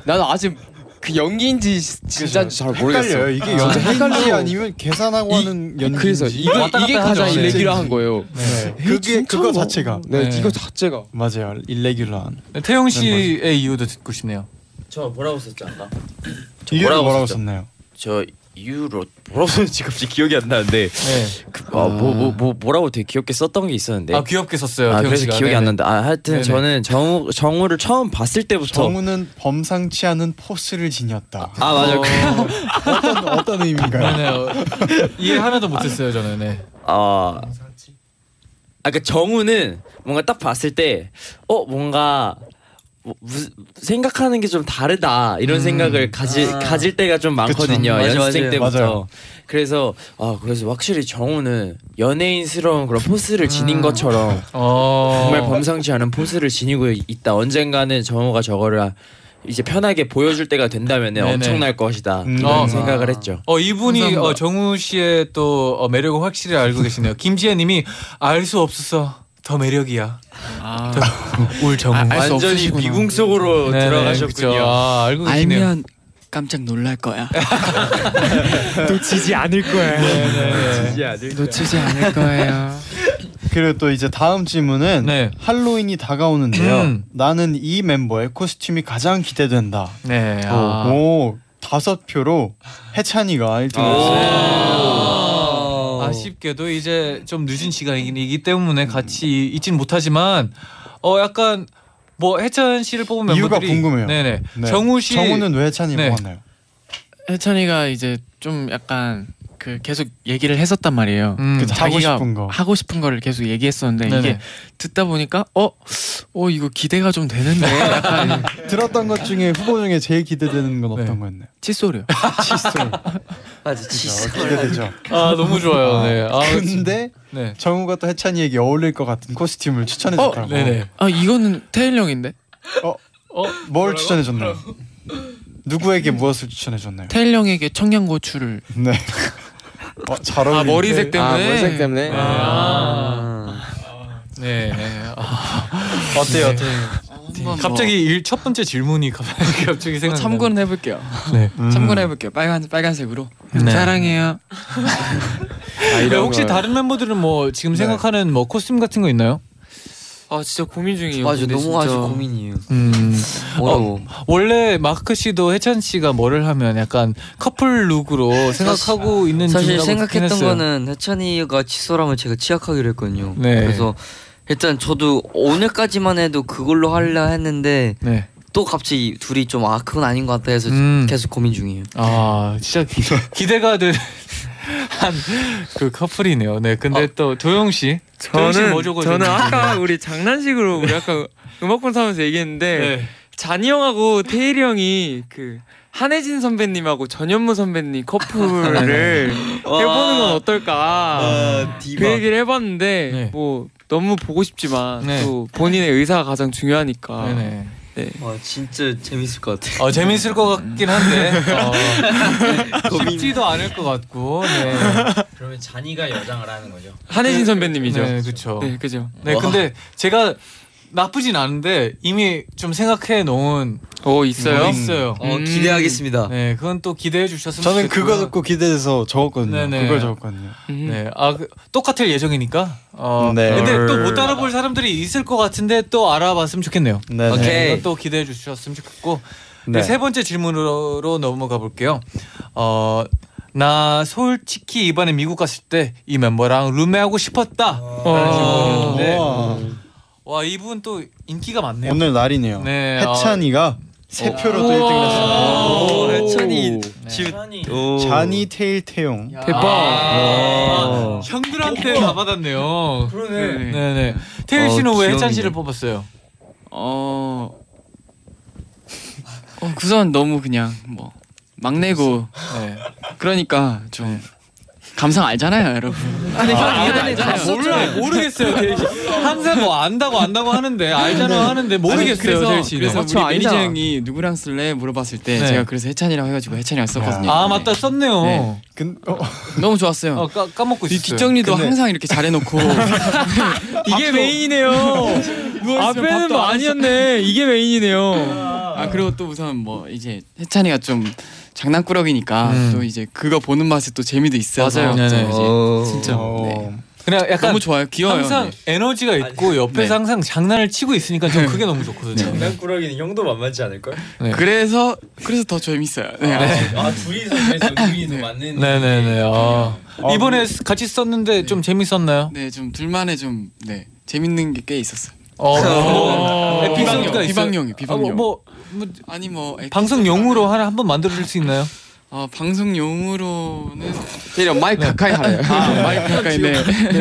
Speaker 5: 나도 아직 그 연기인지 진짜 잘 모르겠어요. 아,
Speaker 2: 헷갈려요. 이게
Speaker 5: 진짜
Speaker 2: 연기인지
Speaker 5: 헷갈려.
Speaker 2: 아니면 계산하고 하는 연기인지.
Speaker 5: 그래서 이거 이게 가장 일레기라한 거예요.
Speaker 2: 네. 그게 그거 자체가.
Speaker 5: 네, 이거 자체가
Speaker 2: 맞아요. 일레귤러한.
Speaker 3: 네, 태용 씨의 이유도 듣고 싶네요.
Speaker 8: 저 뭐라고 썼죠 아까?
Speaker 2: 이유로 뭐라고 썼나요?
Speaker 8: 저 이유로 뭐라고 썼는지 갑자기 기억이 안 나는데 아뭐뭐 뭐 뭐라고 되게 귀엽게 썼던 게 있었는데
Speaker 3: 네. 아, 귀엽게 썼어요,
Speaker 8: 아,
Speaker 3: 태용
Speaker 8: 그래서
Speaker 3: 씨가.
Speaker 8: 기억이 안
Speaker 3: 네네.
Speaker 8: 난다. 아, 하여튼
Speaker 3: 네네.
Speaker 8: 저는 정우 정우를 처음 봤을 때부터
Speaker 2: 정우는 범상치 않은 포스를 지녔다.
Speaker 8: 아 맞아. 요
Speaker 2: 어떤 어떤 의미인가요?
Speaker 3: 이해 하나도 못했어요 저는. 네.
Speaker 8: 아, 아까 그러니까 정우는 뭔가 딱 봤을 때 어 뭔가 뭐, 무슨- 생각하는 게 좀 다르다 이런 생각을 가지
Speaker 7: 아.
Speaker 8: 가질 때가 좀 많거든요
Speaker 7: 맞아,
Speaker 8: 연습생
Speaker 7: 맞아요.
Speaker 8: 때부터
Speaker 7: 맞아요.
Speaker 8: 그래서 아 그래서 확실히 정우는 연예인스러운 그런 포스를 지닌 것처럼
Speaker 3: 어.
Speaker 8: 정말 범상치 않은 포스를 지니고 있다 언젠가는 정우가 저거를 이제 편하게 보여줄 때가 된다면
Speaker 3: 네네.
Speaker 8: 엄청날 것이다
Speaker 3: 음.
Speaker 8: 이런
Speaker 2: 네.
Speaker 3: 어.
Speaker 8: 생각을 했죠
Speaker 3: 어 이분이
Speaker 8: 감사합니다.
Speaker 3: 어, 정우 씨의 또 어, 매력을 확실히 알고 계시네요. 김지혜님이 알 수 없어서 더 매력이야. 더- 울 정우.
Speaker 10: 아, 알수 완전히 없으시구나.
Speaker 6: 음.
Speaker 10: 미궁
Speaker 8: 속으로
Speaker 3: 네네, 그쵸. 아, 알고 계시네요.
Speaker 10: 알면 깜짝 놀랄 거야.
Speaker 2: 놓치지 않을 거예요.
Speaker 10: 놓치지 않을 거야. 놓치지 않을 거예요.
Speaker 2: 그리고 또 이제 다음 질문은
Speaker 8: 네.
Speaker 2: 할로윈이 다가오는데요.
Speaker 3: 음.
Speaker 2: 나는 이 멤버의 코스튬이 가장 기대된다.
Speaker 3: 네.
Speaker 2: 오,
Speaker 3: 아.
Speaker 2: 오, 다섯 표로 해찬이가 1등했어요.
Speaker 3: 아쉽게도 이제 좀 늦은 시간이기 때문에 같이 있진 못하지만 어 약간 뭐 해찬 씨를 뽑은
Speaker 2: 이유가
Speaker 3: 멤버들이
Speaker 2: 궁금해요.
Speaker 3: 네네 정우 씨
Speaker 2: 정우는 왜 해찬이
Speaker 3: 네.
Speaker 2: 뽑았나요?
Speaker 6: 혜찬이가 이제 좀 약간 그 계속 얘기를 했었단 말이에요.
Speaker 3: 음,
Speaker 6: 그
Speaker 3: 그쵸,
Speaker 2: 하고
Speaker 6: 자기가
Speaker 2: 싶은 거.
Speaker 6: 하고 싶은 거를 계속 얘기했었는데
Speaker 2: 네네.
Speaker 6: 이게 듣다 보니까 어, 어 이거 기대가 좀 되는데 약간
Speaker 2: 들었던 것 중에 후보 중에 제일 기대되는 건
Speaker 8: 네.
Speaker 2: 어떤 거였나요?
Speaker 6: 칫솔이요.
Speaker 2: 칫솔.
Speaker 7: 맞아
Speaker 2: 진짜 기대되죠.
Speaker 3: 아 너무 좋아요. 네. 아,
Speaker 2: 근데
Speaker 3: 네.
Speaker 2: 정우가 또 해찬이에게 어울릴 것 같은 코스튬을 추천해줬다고.
Speaker 6: 어,
Speaker 10: 네.
Speaker 6: 아 이거는 태일 형인데?
Speaker 2: 어, 뭘 추천해줬나요? 누구에게 무엇을 추천해줬나요?
Speaker 6: 태일 형에게 청양고추를.
Speaker 2: 네. 어, 잘 어울리는데.
Speaker 6: 아, 머리색 때문에? 아, 머리색 때문에?
Speaker 2: 네.
Speaker 10: 아.
Speaker 3: 네. 네. 아.
Speaker 2: 어때요, 어때요?
Speaker 10: 한번
Speaker 3: 갑자기 일, 첫 번째 질문이 갑자기 갑자기
Speaker 10: 뭐
Speaker 3: 생각.
Speaker 10: 참고는 해볼게요.
Speaker 6: 음.
Speaker 3: 네.
Speaker 2: 음.
Speaker 10: 참고는 해볼게요. 빨간 빨간색으로.
Speaker 3: 네.
Speaker 10: 사랑해요.
Speaker 2: 네.
Speaker 3: 혹시 다른 멤버들은 뭐 지금 생각하는 뭐 코스튬 같은 거 있나요?
Speaker 6: 아 진짜 고민 중이에요.
Speaker 7: 맞아,
Speaker 6: 근데
Speaker 7: 너무
Speaker 6: 진짜.
Speaker 7: 아직 고민이에요.
Speaker 3: 음.
Speaker 7: 어려워.
Speaker 3: 어, 원래 마크 씨도 혜찬 씨가 뭐를 하면 약간 커플 룩으로 생각하고 있는
Speaker 7: 사실
Speaker 3: 중이라고 듣긴
Speaker 7: 생각했던
Speaker 3: 했어요.
Speaker 7: 거는 해찬이가 칫솔하면 제가 치약하기로 했거든요.
Speaker 3: 네.
Speaker 7: 그래서 일단 저도 오늘까지만 해도 그걸로 하려 했는데
Speaker 3: 네.
Speaker 7: 또 갑자기 둘이 좀 아 그건 아닌 것 같다 해서
Speaker 3: 음.
Speaker 7: 계속 고민 중이에요.
Speaker 3: 아 진짜 기- 기대가 되는 한그 커플이네요. 네,
Speaker 7: 어.
Speaker 3: 근데 또 도영 씨, 도영 씨는
Speaker 12: 저는
Speaker 3: 뭐 적어요?
Speaker 12: 저는 아까 우리 장난식으로 우리 아까 음악권 사면서 얘기했는데
Speaker 3: 네.
Speaker 12: 잔이 형하고 태일이 형이 그 한혜진 선배님하고 전현무 선배님 커플을
Speaker 3: 네.
Speaker 8: 와.
Speaker 12: 해보는 건 어떨까
Speaker 8: 아,
Speaker 7: 네.
Speaker 12: 그 얘기를 해봤는데
Speaker 3: 네.
Speaker 12: 뭐 너무 보고 싶지만
Speaker 3: 네.
Speaker 12: 또 본인의 의사가 가장
Speaker 4: 아.
Speaker 12: 중요하니까
Speaker 3: 네네.
Speaker 12: 네.
Speaker 7: 와 진짜 재밌을 것 같아.
Speaker 3: 어 재밌을 것 같긴 한데 어, 쉽지도 않을 것 같고. 네.
Speaker 8: 그러면 잔이가 여장을 하는 거죠.
Speaker 12: 한혜진 선배님이죠.
Speaker 3: 네, 그렇죠.
Speaker 12: 네, 그죠.
Speaker 3: 네,
Speaker 12: 와.
Speaker 3: 근데 제가 나쁘진 않은데 이미 좀 생각해 놓은
Speaker 12: 오
Speaker 6: 뭐
Speaker 12: 있어요?
Speaker 3: 있어요.
Speaker 7: 어, 기대하겠습니다.
Speaker 3: 네, 그건 또 기대해 주셨으면
Speaker 2: 저는 그거
Speaker 3: 좋겠고요.
Speaker 2: 듣고 기대돼서 적었거든요.
Speaker 3: 네네.
Speaker 2: 그걸 적었거든요.
Speaker 3: 네, 아 그, 똑같을 예정이니까. 어,
Speaker 2: 음. 네.
Speaker 3: 근데 또 못 알아볼 사람들이 있을 것 같은데 또 알아봤으면 좋겠네요.
Speaker 2: 네네. 오케이.
Speaker 3: 이건 또 기대해 주셨으면 좋겠고.
Speaker 2: 네.
Speaker 3: 네, 세 번째 질문으로 넘어가 볼게요. 어, 나 솔직히 이번에 미국 갔을 때 이 멤버랑 룸메하고 싶었다.
Speaker 2: 어.
Speaker 3: 라는 질문이었는데
Speaker 2: 와.
Speaker 3: 와 이분 또 인기가 많네요.
Speaker 2: 오늘 날이네요.
Speaker 3: 네, 아.
Speaker 2: 음. 해찬이가 세 표로 또 1등을
Speaker 3: 오,
Speaker 2: 했습니다.
Speaker 3: 해찬이
Speaker 2: 오. 잔이 테일 태용.
Speaker 3: 대박.
Speaker 2: 네.
Speaker 3: 아, 형들한테 다 받았네요.
Speaker 12: 그러네.
Speaker 3: 네네. 태일
Speaker 12: 어,
Speaker 3: 씨는 왜
Speaker 12: 귀염이네.
Speaker 3: 해찬 씨를 뽑았어요?
Speaker 12: 어
Speaker 6: 어, 우선 너무 그냥 뭐 막내고
Speaker 3: 네.
Speaker 6: 그러니까 좀 감상 알잖아요, 여러분.
Speaker 3: 아니 형
Speaker 6: 아,
Speaker 3: 이안에
Speaker 6: 알잖아요.
Speaker 3: 다 네, 몰라 모르겠어요 태일 씨. 항상 뭐 안다고 안다고 하는데 알잖아 하는데 모르겠어요
Speaker 6: 네. 그래서,
Speaker 3: 태일 씨.
Speaker 6: 그래서 우리 매니저 형이 누구랑 쓸래 물어봤을 때
Speaker 3: 네.
Speaker 6: 제가 그래서 해찬이랑 해가지고 해찬이랑 썼거든요.
Speaker 3: 아 맞다 썼네요.
Speaker 6: 네. 너무 좋았어요.
Speaker 3: 어, 까, 까먹고
Speaker 6: 이
Speaker 3: 있었어요.
Speaker 6: 뒷정리도
Speaker 3: 근데-
Speaker 6: 항상 이렇게 잘해놓고
Speaker 12: 이게 메인이네요. 앞에는 뭐 아니었네. 이게 메인이네요.
Speaker 6: 아 그리고 또 우선 뭐 이제 해찬이가 좀 장난꾸러기니까 또 이제 그거 보는 맛에 또 재미도 있어서
Speaker 3: 맞아요.
Speaker 6: 좀
Speaker 3: 네네.
Speaker 6: 이제
Speaker 3: 어.
Speaker 6: 진짜 네.
Speaker 3: 그냥 약간
Speaker 6: 너무 좋아요. 귀여워요. 네. 아,
Speaker 3: 항상 에너지가 있고 옆에서 항상 장난을 치고 있으니까 좀 그게 너무 좋거든요.
Speaker 6: 네.
Speaker 8: 장난꾸러기는 형도 만만치 않을 걸?
Speaker 6: 그래서 그래서 더 재밌어요. 네.
Speaker 8: 아 둘이서 그래서 둘이 더 맞는.
Speaker 3: 네네네. 어. 이번에 같이 썼는데 좀 재밌었나요?
Speaker 6: 네, 좀 둘만의 좀 네. 재밌는 게 꽤 있었어요. 어.
Speaker 3: 어, 뭐, 에피소드가
Speaker 6: 비방용,
Speaker 3: 있어요?
Speaker 6: 비방용이 비방용.
Speaker 3: 아, 뭐,
Speaker 6: 아니 뭐 에피-
Speaker 3: 방송용으로 하나 한번 만들어 줄 수 있나요?
Speaker 6: 어, 방송용으로는 대략 마이크 가까이 하래요. 마이크 가까이 네.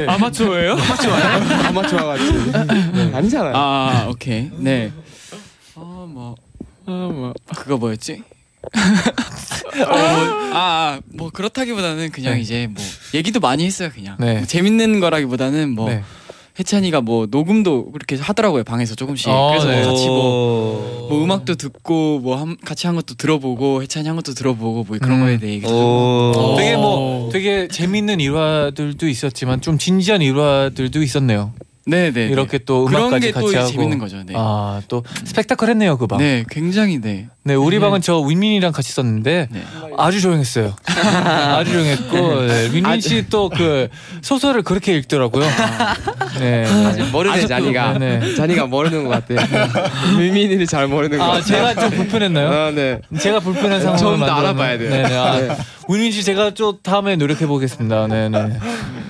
Speaker 12: 아마추어예요?
Speaker 6: 아마추어 같이. 아니잖아요. 아, 오케이. 네. 어, 뭐.
Speaker 3: 아,
Speaker 6: 어, 뭐. 그거 뭐였지? 어, 뭐, 아, 아, 뭐 그렇다기보다는 그냥
Speaker 3: 네.
Speaker 6: 이제 뭐 얘기도 많이 했어요, 그냥.
Speaker 3: 네.
Speaker 6: 뭐 재밌는 거라기보다는 뭐 해찬이가 뭐 녹음도 그렇게 하더라고요, 방에서 조금씩.
Speaker 3: 어,
Speaker 6: 그래서
Speaker 3: 네.
Speaker 6: 같이 뭐, 뭐 음악도 듣고 뭐 한- 같이 한 것도 들어보고 해찬이 한 것도 들어보고 뭐
Speaker 3: 음.
Speaker 6: 그런 거에 대해 얘기도 하고.
Speaker 3: 되게 뭐 되게 재밌는 일화들도 있었지만 좀 진지한 일화들도 있었네요.
Speaker 6: 네네.
Speaker 3: 이렇게 또
Speaker 6: 그런
Speaker 3: 음악까지
Speaker 6: 게또
Speaker 3: 같이 하고
Speaker 6: 재밌는 거죠, 네.
Speaker 3: 아또 스펙타클했네요 그 방.
Speaker 6: 네, 굉장히 네.
Speaker 3: 네, 우리 방은 저 윈민이랑 같이 썼는데 아주 조용했어요. 아주 조용했고 네, 윈민 씨 또 그 소설을 그렇게 읽더라고요. 네.
Speaker 5: 모르네
Speaker 3: 아직도-
Speaker 5: 잔이가
Speaker 3: 네, 네.
Speaker 5: 잔이가 모르는 것 같아 민민이를 잘 모르는 것
Speaker 3: 아
Speaker 5: 같아
Speaker 3: 제가 좀 불편했나요?
Speaker 5: 아, 네.
Speaker 3: 제가 불편한 상황을
Speaker 5: 좀더
Speaker 3: 만들었나?
Speaker 5: 알아봐야 돼요.
Speaker 3: 네네. 아,
Speaker 5: 네.
Speaker 3: 윈민 씨 제가 좀 다음에 노력해 보겠습니다. 네네.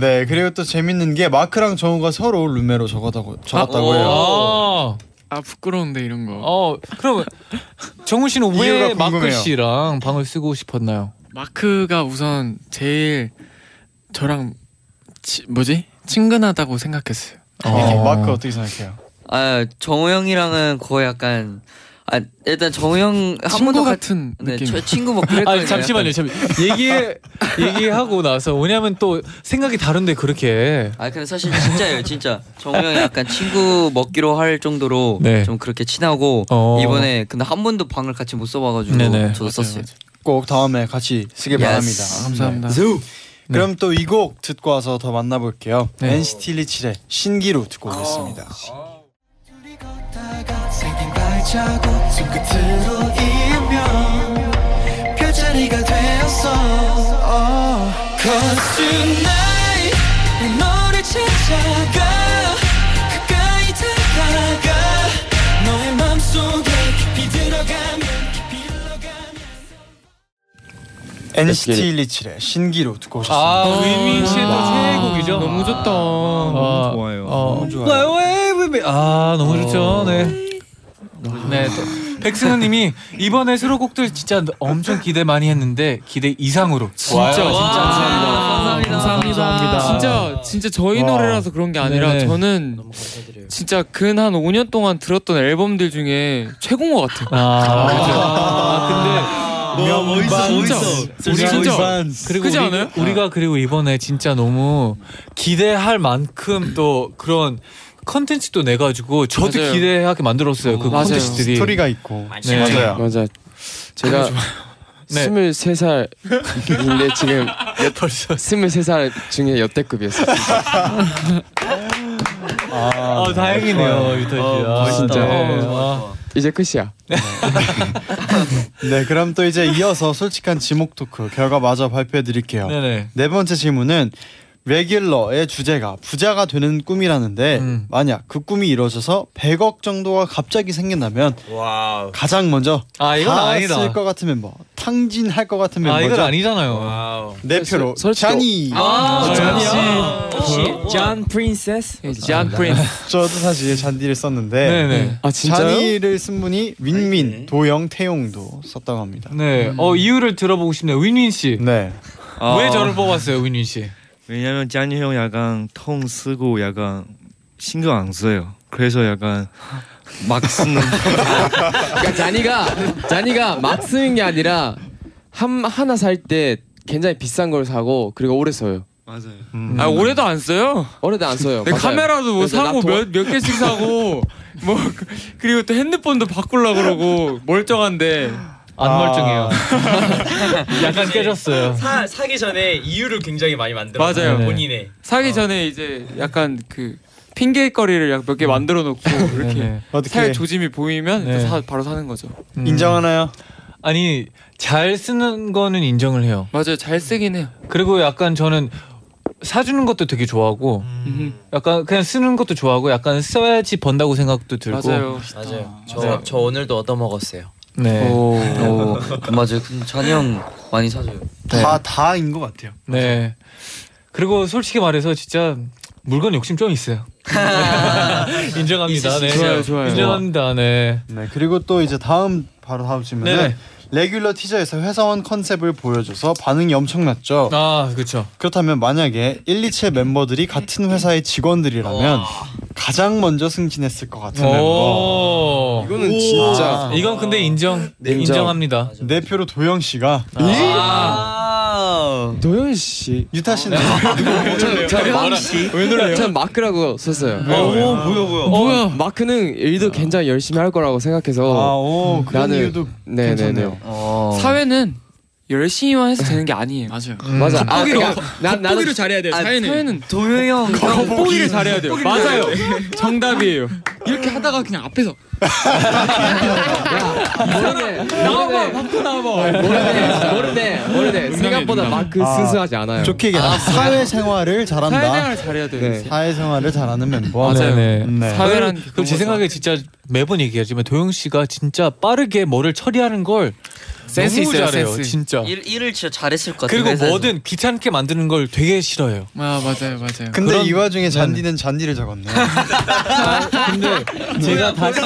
Speaker 2: 네, 그리고 또 재밌는 게 마크랑 정우가 서로 룸메로 적었다고 적었다고 해요.
Speaker 3: 아,
Speaker 6: 아 부끄러운데 이런 거.
Speaker 3: 어, 그럼 정훈 씨는
Speaker 2: 이유가
Speaker 3: 왜 마크
Speaker 2: 궁금해요.
Speaker 3: 씨랑 방을 쓰고 싶었나요?
Speaker 6: 마크가 우선 제일 저랑 치, 뭐지 친근하다고 생각했어요.
Speaker 2: 어, 마크 어떻게 생각해요?
Speaker 7: 아 정우 형이랑은 거의 약간 아 일단 정우 형한
Speaker 6: 친구
Speaker 7: 번도
Speaker 6: 같은
Speaker 7: 아, 네,
Speaker 6: 느낌.
Speaker 7: 저 친구 뭐 그랬거든요.
Speaker 3: 아 잠시만요, 잠시 얘기 얘기하고 나서 왜냐면 또 생각이 다른데 그렇게
Speaker 7: 아 근데 사실 진짜예요 진짜 정우 형이 약간 친구 먹기로 할 정도로
Speaker 3: 네.
Speaker 7: 좀 그렇게 친하고
Speaker 3: 어.
Speaker 7: 이번에 근데 한 번도 방을 같이 못 써봐가지고
Speaker 3: 네네.
Speaker 7: 저도 썼어요
Speaker 2: 꼭 다음에 같이 쓰길 바랍니다.
Speaker 7: Yes.
Speaker 6: 감사합니다.
Speaker 2: 네. 그럼 또 이 곡 듣고 와서 더 만나볼게요. NCT 127의 신기루 듣고 오겠습니다.
Speaker 4: 생긴 발자국 손끝으로 이으면 별자리가 되었어 oh. Cause tonight 내 너를 찾아가 가까이 속에 깊이 들어가면
Speaker 2: NCT 127의 신기로 듣고 오셨습니다.
Speaker 3: 아, 위민 씨의 또 새해 곡이죠.
Speaker 2: 너무 좋다.
Speaker 3: 너무
Speaker 2: 좋아요. 어.
Speaker 3: 너무 좋아요. 아 너무 좋죠. 네.
Speaker 2: 아.
Speaker 3: 네. 또 백승우님이 이번에 수록곡들 진짜 엄청 기대 많이 했는데 기대 이상으로
Speaker 12: 와요,
Speaker 3: 진짜 진짜
Speaker 12: 감사합니다. 진짜 진짜 저희
Speaker 3: 와.
Speaker 12: 노래라서 그런 게 아니라
Speaker 3: 네네.
Speaker 12: 저는 진짜 근 한 5년 동안 들었던 앨범들 중에 최고인 것 같아요.
Speaker 3: 아,
Speaker 12: 그죠? 진짜. 우리 진짜
Speaker 3: 그리고
Speaker 12: 그지
Speaker 3: 우리,
Speaker 12: 않아요?
Speaker 3: 우리가 그리고 이번에 진짜 너무 기대할 만큼 또 그런 컨텐츠도 내 가지고 저도
Speaker 12: 맞아요.
Speaker 3: 기대하게 만들었어요. 그 네.
Speaker 12: 맞아요.
Speaker 3: 컨텐츠들이
Speaker 12: 스토리가
Speaker 2: 있고.
Speaker 5: 맞아요. 맞아.
Speaker 12: 그
Speaker 5: 제가
Speaker 3: 네.
Speaker 5: 23살인데 지금 여,
Speaker 3: 벌써
Speaker 5: 23살 중에 역대급이었어요.
Speaker 3: 아, 다행이네요, 유타 씨. 아,
Speaker 5: 진짜.
Speaker 3: 네.
Speaker 5: 이제 끝이야.
Speaker 2: 네, 그럼 또 이제 이어서 솔직한 지목 토크 결과 마저 발표해 드릴게요.
Speaker 3: 네네.
Speaker 2: 네 번째 질문은 레귤러의 주제가 부자가 되는 꿈이라는데
Speaker 3: 음.
Speaker 2: 만약 그 꿈이 이루어져서 100억 정도가 갑자기 생긴다면
Speaker 8: 와우.
Speaker 2: 가장 먼저
Speaker 3: 아, 이건 아니다.
Speaker 2: 쓸것 같은 멤버, 탕진할 것 같은 멤버죠.
Speaker 3: 아, 이건 아니잖아요.
Speaker 2: 내 표로
Speaker 3: 설- 설치도-
Speaker 2: 쟈니.
Speaker 3: 아, 어. 네, 쟈니.
Speaker 8: 잔 프린세스?
Speaker 12: 잔 프린스.
Speaker 2: 저도 사실 잔디를 썼는데
Speaker 3: 네네. 아, 진짜요?
Speaker 2: 잔디를 쓴 분이 윈민, 도영, 태용도 썼다고 합니다.
Speaker 3: 네. 어 이유를 들어보고 싶네요. 윈윈 씨.
Speaker 2: 네.
Speaker 3: 왜
Speaker 9: 아.
Speaker 3: 저를 뽑았어요, 윈윈 씨?
Speaker 9: 왜냐면 짠이 형 약간 통 쓰고 약간 신경 안 써요. 그래서 약간 막 쓰는.
Speaker 5: 그러니까 자니가 자니가 막 쓰는 게 아니라 한 하나 살 때 굉장히 비싼 걸 사고 그리고 오래 써요.
Speaker 9: 맞아요.
Speaker 12: 아 올해도 안 써요?
Speaker 5: 오래도 안 써요.
Speaker 12: 네,
Speaker 5: 맞아요.
Speaker 12: 카메라도 뭐
Speaker 5: 그래서 나
Speaker 12: 사고
Speaker 5: 도-
Speaker 12: 몇, 몇 개씩 사고 뭐 그- 그리고 또 핸드폰도 바꾸려고 그러고 멀쩡한데
Speaker 3: 안 멀쩡해요. 약간 깨졌어요.
Speaker 8: 사 사기 전에 이유를 굉장히 많이 만들어.
Speaker 6: 네,
Speaker 12: 맞아요.
Speaker 8: 본인의.
Speaker 12: 사기 전에 이제 약간 그 핑계거리를 몇 개 만들어 놓고
Speaker 6: 네,
Speaker 12: 이렇게
Speaker 2: 어떻게
Speaker 12: 살 조짐이 보이면 일단
Speaker 3: 네.
Speaker 12: 사, 바로 사는 거죠.
Speaker 3: 음.
Speaker 2: 인정하나요?
Speaker 3: 아니 잘 쓰는 거는 인정을 해요.
Speaker 12: 맞아요, 잘 쓰긴 해요.
Speaker 3: 그리고 약간 저는 사주는 것도 되게 좋아하고 약간 그냥 쓰는 것도 좋아하고 약간 써야지 번다고 생각도 들고
Speaker 8: 맞아요. 저, 저 오늘도 얻어먹었어요.
Speaker 3: 네.
Speaker 7: 오, 오 맞아요. 근데 잔이 형 많이 사줘요.
Speaker 2: 다 다인 것 같아요.
Speaker 3: 네. 그리고 솔직히 말해서 진짜 물건 욕심 좀 있어요. 인정합니다. 네. 인정합니다. 네.
Speaker 2: 네 그리고 또 이제 다음 바로 다음 질문은
Speaker 3: 네네.
Speaker 2: 레귤러 티저에서 회사원 컨셉을 보여줘서 반응이 엄청났죠.
Speaker 3: 아 그렇죠.
Speaker 2: 그렇다면 만약에 127 멤버들이 같은 회사의 직원들이라면 가장 먼저 승진했을 것
Speaker 3: 네.
Speaker 2: 같은 멤버.
Speaker 3: 오. 이거는 진짜- 이건 근데 어. 네, 인정. 인정합니다.
Speaker 2: 내 표로 도영 씨가.
Speaker 5: 도현 씨.
Speaker 2: 유타 씨는
Speaker 5: 도현 씨.
Speaker 2: 왜 놀래요?
Speaker 5: 전 마크라고 썼어요.
Speaker 2: 왜요? 오, 왜요? 뭐야, 뭐야.
Speaker 5: 뭐야? 어, 마크는
Speaker 12: 아.
Speaker 5: 일도 굉장히 열심히 할 거라고
Speaker 6: 어.
Speaker 5: 생각해서
Speaker 2: 아, 오, 그런 이유도
Speaker 5: 네네네.
Speaker 2: 괜찮네요.
Speaker 12: 어. 사회는 열심히만 해서 되는 게 아니에요.
Speaker 10: 맞아요.
Speaker 5: 맞아. 아,
Speaker 12: 겉보기로
Speaker 5: 그러니까 나- 나는-
Speaker 12: 겉보기로 잘해야 돼요.
Speaker 5: 아,
Speaker 12: 사회는
Speaker 5: 사회는
Speaker 12: 도현 형 겉보기를 잘해야 돼요.
Speaker 10: 겉보기를
Speaker 12: 맞아요.
Speaker 10: 잘해야
Speaker 12: 정답이에요.
Speaker 10: 이렇게 하다가 그냥 앞에서
Speaker 12: 나와봐, 밖으로 나와봐.
Speaker 5: 모르네, 모르네, 모르네. 생각보다 마크 순수하지 않아요.
Speaker 2: 좋게 얘기하 사회생활을 잘한다.
Speaker 12: 사회생활 잘해야 돼요.
Speaker 2: 네. 사회생활을 잘하는 멤버.
Speaker 3: 네.
Speaker 2: 네.
Speaker 3: 사회란 그럼 제 생각에 진짜 매번 얘기하지만 도영 씨가 진짜 빠르게 뭐를 처리하는 걸
Speaker 7: 센스
Speaker 3: 너무
Speaker 7: 있어요,
Speaker 3: 잘해요.
Speaker 7: 센스.
Speaker 3: 진짜.
Speaker 7: 일, 일을 진짜 잘했을 것 같아요.
Speaker 3: 그리고
Speaker 7: 회사에서.
Speaker 3: 뭐든 귀찮게 만드는 걸 되게 싫어해요.
Speaker 10: 아 맞아요 맞아요.
Speaker 2: 근데
Speaker 3: 그런-
Speaker 2: 이 와중에 잔디는 잔디를 적었네.
Speaker 3: 근데 제가 다시